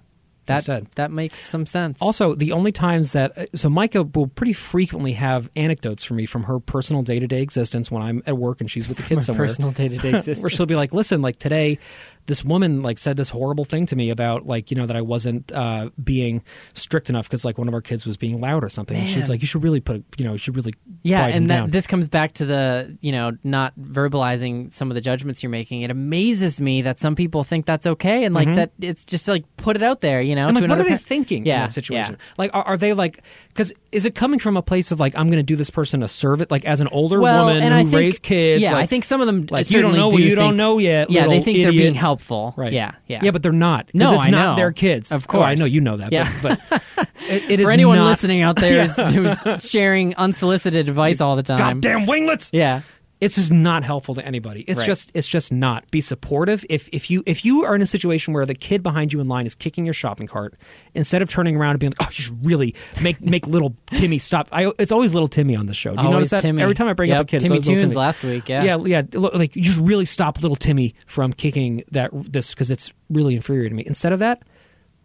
that instead. that makes some sense. Also, the only times that uh, so Micah will pretty frequently have anecdotes for me from her personal day to day existence when I'm at work and she's with the kids my *laughs* somewhere. personal day to day Where existence. she'll be like, "Listen, like today, this woman like said this horrible thing to me about like you know that I wasn't uh, being strict enough because like one of our kids was being loud or something." And she's Man. like, "You should really put a- you know you should really yeah, quiet him and down." that, this comes back to the you know not verbalizing some of the judgments you're making. It amazes me that some people think that's okay, and like that it's just like put it out there, you know. Mm-hmm. And to like, what another are they pa- thinking in Yeah, that situation? yeah. Like, are, are they like, because is it coming from a place of like, I'm going to do this person a service, like as an older Well, woman and who I think, raised kids? Yeah, I like- think some of them like, you don't certainly know do what you think, don't know yet, Yeah, they little think they're idiot. being helpful. Right. Yeah, yeah, Yeah, but they're not. 'cause No, it's I not know. their kids. Of Oh, I know course. you know that. Yeah. *laughs* But, but it, it is for anyone not- listening out *laughs* there who's, who's sharing unsolicited advice all the time, Goddamn winglets! um, yeah, it's just not helpful to anybody. It's Right. just it's just not. Be supportive. If if you if you are in a situation where the kid behind you in line is kicking your shopping cart, instead of turning around and being like, "Oh, you should really make make little Timmy stop." I, it's always little Timmy on the show. Do you Always notice that Timmy. every time I bring Yep, up a kid? it's Timmy always little Tunes Timmy. last week, yeah. yeah, yeah. lo- Like you should really stop little Timmy from kicking that this because it's really inferior to me. Instead of that.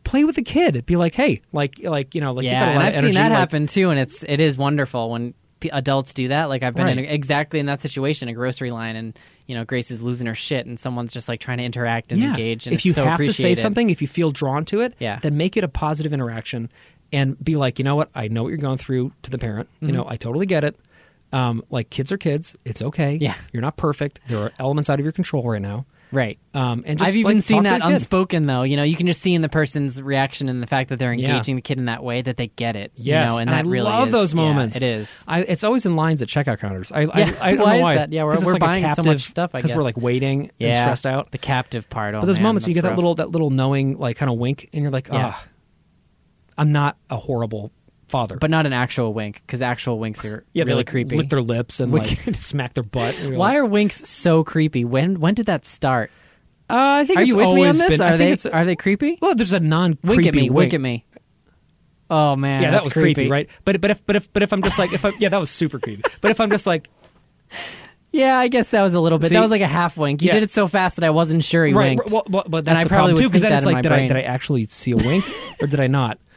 Play with the kid. Be like, hey, like, like you know, like you yeah. got a And lot I've of energy. seen that like, happen too, and it's it is wonderful when p- adults do that. Like I've been in Right. a, exactly in that situation, a grocery line, and you know Grace is losing her shit, and someone's just like trying to interact and engage, and if it's you so have to say appreciated. something, if you feel drawn to it, Yeah. then make it a positive interaction and be like, you know what, I know what you're going through to the parent. You Mm-hmm. know, I totally get it. Um, like kids are kids. It's okay. Yeah. You're not perfect. There are elements out of your control right now. right? Um, and just, I've even like, seen talk to that the kid. unspoken though. You know, you can just see in the person's reaction and the fact that they're Yeah. engaging the kid in that way that they get it. Yes, you know, and, I that really love is- those yeah, moments. it is. I, it's always in lines at checkout counters. I, I, Yeah, *laughs* I don't why know is why. that? Yeah, we're- 'Cause it's we're like a buying so captive- much stuff, I we're guess. like waiting and Yeah, stressed out. The captive part. Oh, But those man, moments, you that's get that rough. little that little knowing, like kind of wink, and you're like, Yeah. ah, I'm not a horrible father. but not an actual wink because actual winks are yeah, they really like creepy. lick their lips and Wicked. like *laughs* smack their butt. And you're Why like, are winks so creepy? When when did that start? uh, I think Are it's you with me on always this? been- I are think they it's- are they creepy? well, there's a non creepy Wink at me, wink. at me. Oh man, Yeah, that that's was creepy. right? But but if but if but if I'm just like if I yeah that was super creepy. But if I'm just like Yeah, I guess that was a little bit. See? that was like a half wink. You Yeah. did it so fast that I wasn't sure he right, winked. well, well, but And I that's the probably problem would too because think then it's that in like my did I did I brain. actually see a wink or did I not? *laughs*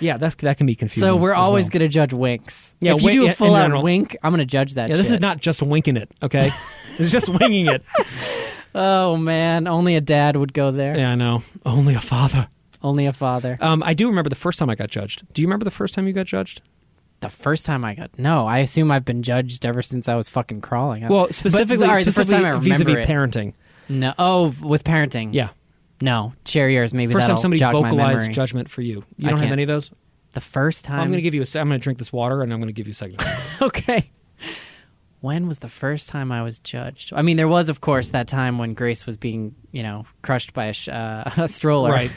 Yeah, that's that can be confusing. so we're as always well. going to judge winks. Yeah, if you wink- do yeah, a in full out general. wink, I'm going to judge that. Yeah, this shit. is not just winking it, *laughs* okay? it's just winging it. Oh man, only a dad would go there. Yeah, I know. Only a father. Only a father. Um, I do remember the first time I got judged. Do you remember the first time you got judged? the first time I got no, I assume I've been judged ever since I was fucking crawling. I- Well, but- specifically, all right, specifically the first time I remember vis-a-vis it. parenting. No, oh, with parenting. Yeah. No, share yours. Maybe First time that'll somebody jog my vocalized memory. judgment for you. You I don't have can't. any of those? The first time. I'm going to give you a se- I'm going to drink this water and I'm going to give you *laughs* a second. okay. When was the first time I was judged? I mean, there was, of course, that time when Grace was being, you know, crushed by a, sh- uh, *laughs* a stroller. right.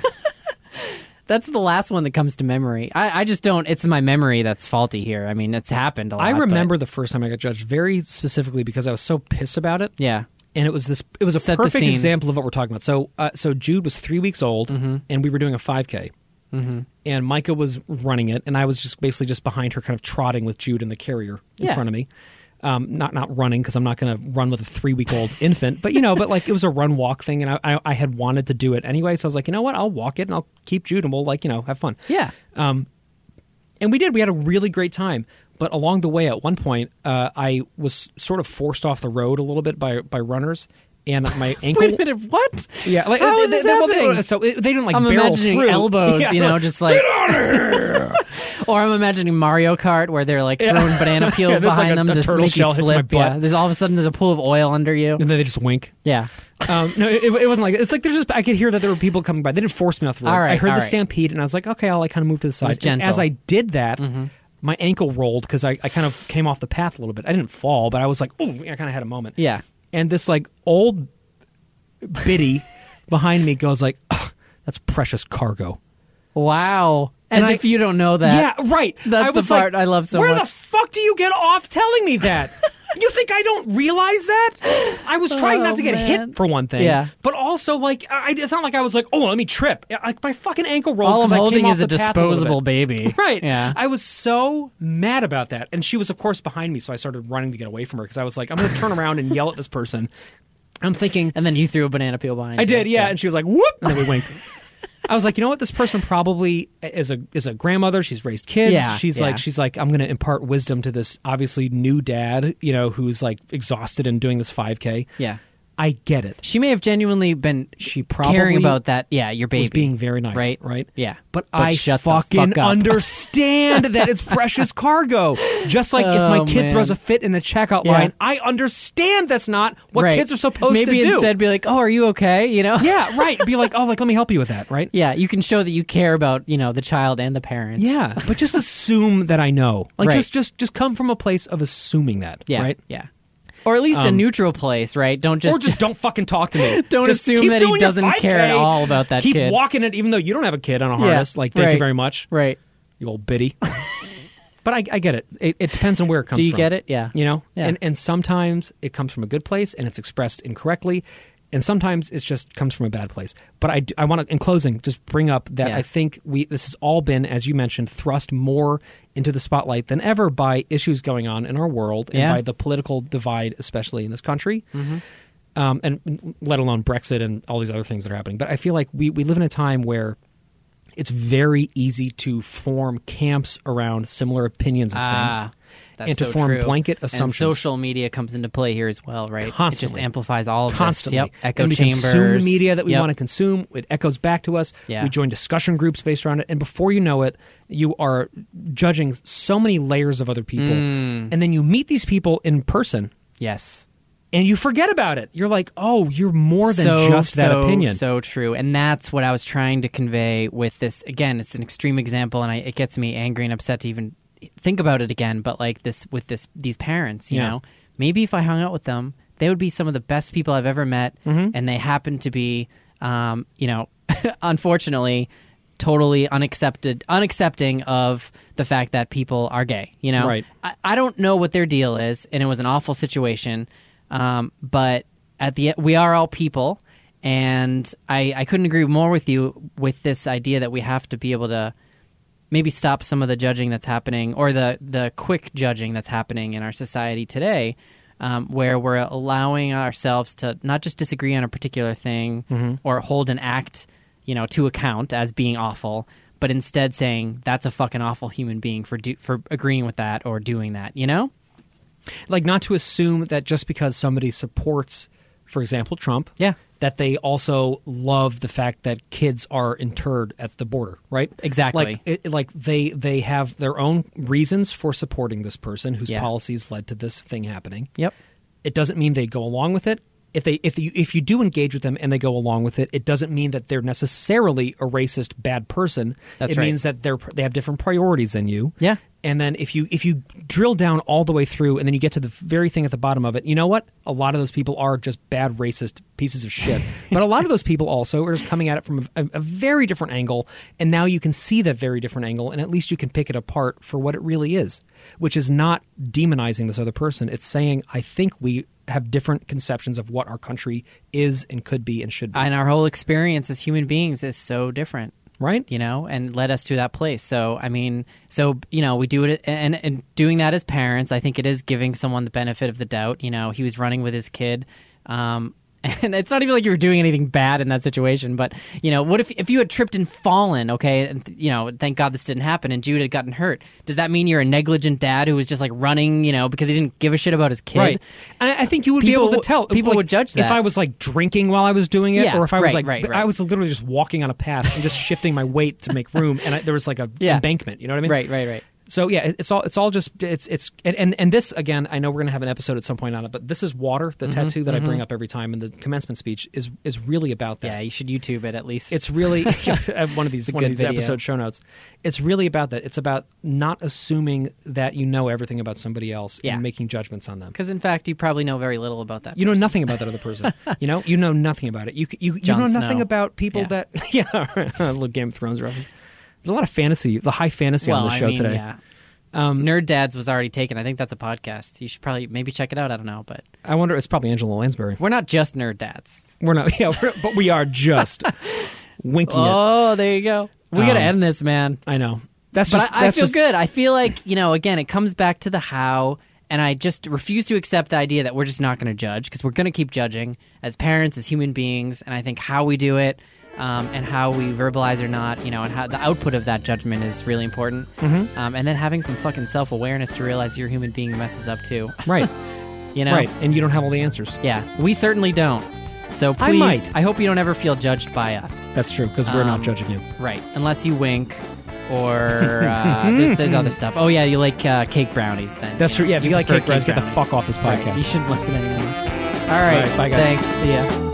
That's the last one that comes to memory. I, I just don't. It's my memory that's faulty here. I mean, it's happened a lot. I but- remember the first time I got judged very specifically because I was so pissed about it. yeah. and it was this it was a Set the perfect scene. example of what we're talking about so uh, so jude was three weeks old Mm-hmm. and we were doing a 5k and micah was running it and i was just basically just behind her kind of trotting with jude in the carrier in Yeah. front of me um, not not running because i'm not going to run with a three week old *laughs* infant but you know but like it was a run walk thing and I, I, I had wanted to do it anyway so i was like you know what i'll walk it and i'll keep jude and we'll like you know have fun Yeah. and we did. We had a really great time. But along the way, at one point, uh, I was sort of forced off the road a little bit by by runners, and *laughs* my ankle. Wait a minute. What? Yeah, like How they, is this they- well, they- happening? so it- they didn't like I'm barrel imagining through. elbows, *laughs* Yeah, you know, just like *laughs* or I'm imagining Mario Kart where they're like throwing banana peels *laughs* Yeah, there's like behind a- them a to turtle make you shell hits my slip. butt. Yeah, there's all of a sudden there's a pool of oil under you. and then they just wink. Yeah, Um, no, it, it wasn't like it's like there's just I could hear that there were people coming by. They didn't force me off the road. All right, I heard all the right. stampede, and I was like, okay, I'll like kind of move to the side. was And as gentle. Mm-hmm. I did that, my ankle rolled because I, I kind of came off the path a little bit. I didn't fall, but I was like, oh, I kind of had a moment. Yeah. And this like old biddy behind me goes like, "Ugh, that's precious cargo. wow. As And I- if you don't know that. Yeah, right. That's I the was part like, I love so Where much. the fuck do you get off telling *laughs* me that? you think I don't realize that? I was trying Oh, not to get man. hit for one thing. Yeah. But also, like, I, it's not like I was like, oh, let me trip. I, like, my fucking ankle rolled. All 'cause I'm I came holding off is a the path a little disposable bit. baby. *laughs* Right. Yeah. I was so mad about that. And she was, of course, behind me. So I started running to get away from her because I was like, I'm going to turn around and yell at this person. I'm thinking, and then you threw a banana peel behind. I you. did, yeah. And she was like, whoop. And then we winked. I was like, you know what? This person probably is a is a grandmother. She's raised kids. Yeah, she's yeah. like she's like I'm going to impart wisdom to this obviously new dad. You know who's like exhausted and doing this 5K. Yeah. I get it. She may have genuinely been She caring probably about that. Yeah, your baby Was being very nice, right? Right? Yeah, But, I shut the fucking fuck up. understand that it's precious cargo. Just like if Oh, my kid man. throws a fit in the checkout Yeah. line, I understand that's not what Right. kids are supposed Maybe to do. instead be like, "Oh, are you okay?" You know? yeah, right. Be like, oh, like let me help you with that, right? *laughs* Yeah, you can show that you care about you know the child and the parents. Yeah, *laughs* but just assume that I know. Like Right. just just just come from a place of assuming that, yeah, right? Um, yeah, or at least a neutral place, right? Don't just, or just don't fucking talk to me. *laughs* Don't Just assume keep that he doing your doesn't 5K. care at all about that Keep kid. walking it, even though you don't have a kid on a Yeah, harness. Like, thank right. you very much, *laughs* right. you old biddy. but I, I get it. it. It depends on where it comes. Do you from. get it? Yeah. You know, Yeah. and and sometimes it comes from a good place and it's expressed incorrectly, and sometimes it's just comes from a bad place. But I, do- I want to, in closing, just bring up that Yeah. I think we this has all been, as you mentioned, thrust more into the spotlight than ever by issues going on in our world and Yeah. Mm-hmm. by the political divide, especially in this country. Um, and let alone Brexit and all these other things that are happening. But I feel like we, we live in a time where it's very easy to form camps around similar opinions of Ah, things that's and to so form true. blanket And assumptions. social media comes into play here as well, right? It just Constantly. amplifies all of constantly. this. Yep. Echo and we chambers. consume the media that we Yep. want to consume. It echoes back to us. Yeah. We join discussion groups based around it, and before you know it, you are judging so many layers of other people, Mm. and then you meet these people in person. Yes. And you forget about it. You're like, oh, you're more than so, just that so, opinion. So true, and that's what I was trying to convey with this. Again, it's an extreme example, and I, it gets me angry and upset to even think about it again. But like this, with this, these parents, you Yeah. know, maybe if I hung out with them, they would be some of the best people I've ever met, Mm-hmm. and they happen to be, um, you know, *laughs* unfortunately. Totally unaccepted, unaccepting of the fact that people are gay. You know, Right. I, I don't know what their deal is, and it was an awful situation. Um, but at the e, we are all people, and I, I couldn't agree more with you with this idea that we have to be able to maybe stop some of the judging that's happening or the the quick judging that's happening in our society today. Um, where we're allowing ourselves to not just disagree on a particular thing or hold an act, you know, to account as being awful, but instead saying that's a fucking awful human being for do- for agreeing with that or doing that, you know? like not to assume that just because somebody supports for example trump Yeah. that they also love the fact that kids are interred at the border right Exactly. like it, like they they have their own reasons for supporting this person whose Yeah. policies led to this thing happening Yep. it doesn't mean they go along with it if they if you if you do engage with them and they go along with it it doesn't mean that they're necessarily a racist bad person That's it right. means that they're they have different priorities than you Yeah. and then if you if you drill down all the way through and then you get to the very thing at the bottom of it you know what a lot of those people are just bad racist pieces of shit but a lot of those people also are just coming at it from a, a very different angle and now you can see that very different angle and at least you can pick it apart for what it really is which is not demonizing this other person it's saying i think we have different conceptions of what our country is and could be and should be And our whole experience as human beings is so different. right you know, and led us to that place. So, I mean, so, you know, we do it, and, and doing that as parents, I think it is giving someone the benefit of the doubt. You know, he was running with his kid. Um, *laughs* and it's not even like you were doing anything bad in that situation, but, you know, what if, if you had tripped and fallen, okay, and, you know, thank God this didn't happen, and Jude had gotten hurt? Does that mean you're a negligent dad who was just like running, you know, because he didn't give a shit about his kid? Right. And I I think you would People be able w- to tell. people like, would judge that. If I was like drinking while I was doing it, Yeah, or if I was right, like, right, but right. I was literally just walking on a path and just shifting my weight to make room, and I, there was like a Yeah. embankment. You know what I mean? Right, right, right. So yeah, it- it's all it's all just it's it's and and, and this again. I know we're going to have an episode at some point on it, but this is water. The Mm-hmm, tattoo that I bring up every time in the commencement speech is is really about that. Yeah, you should YouTube it at least. It's really *laughs* *laughs* yeah, one of these one good of these video. episode show notes. It's really about that. It's about not assuming that you know everything about somebody else Yeah. and making judgments on them. because, in fact, you probably know very little about that. You know nothing about that other *laughs* person. you know, you know nothing about it. You c- you, you Jon know nothing Snow. about people Yeah. that *laughs* yeah. a little Game of Thrones reference. There's a lot of fantasy, the high fantasy on the show today. Yeah. Um, Nerd Dads was already taken. I think that's a podcast. You should probably maybe check it out. I don't know, but I wonder. It's probably Angela Lansbury. we're not just Nerd Dads. We're not. *laughs* Yeah, we're, but we *laughs* are just winking it. Oh, there you go. We gotta Um, end this, man. I know. That's But just. I, I that's feel just- good. I feel like you know. Again, it comes back to the how, and I just refuse to accept the idea that we're just not going to judge because we're going to keep judging as parents, as human beings, and I think how we do it, um, and how we verbalize or not, you know, and how the output of that judgment is really important. Mm-hmm. Um, and then having some fucking self awareness to realize your human being messes up too. *laughs* Right. You know, Right. And you don't have all the answers. yeah, we certainly don't. So please, I might. hope you don't ever feel judged by us. That's true because we're not Um, judging you. Right, unless you wink. Or *laughs* uh, there's, there's other stuff. Oh yeah, you like uh, cake brownies then. That's true. Yeah, if you like prefer cake brownies, get the fuck off this Right, podcast. You shouldn't listen anymore. All right, All right, bye, guys. Thanks. See ya.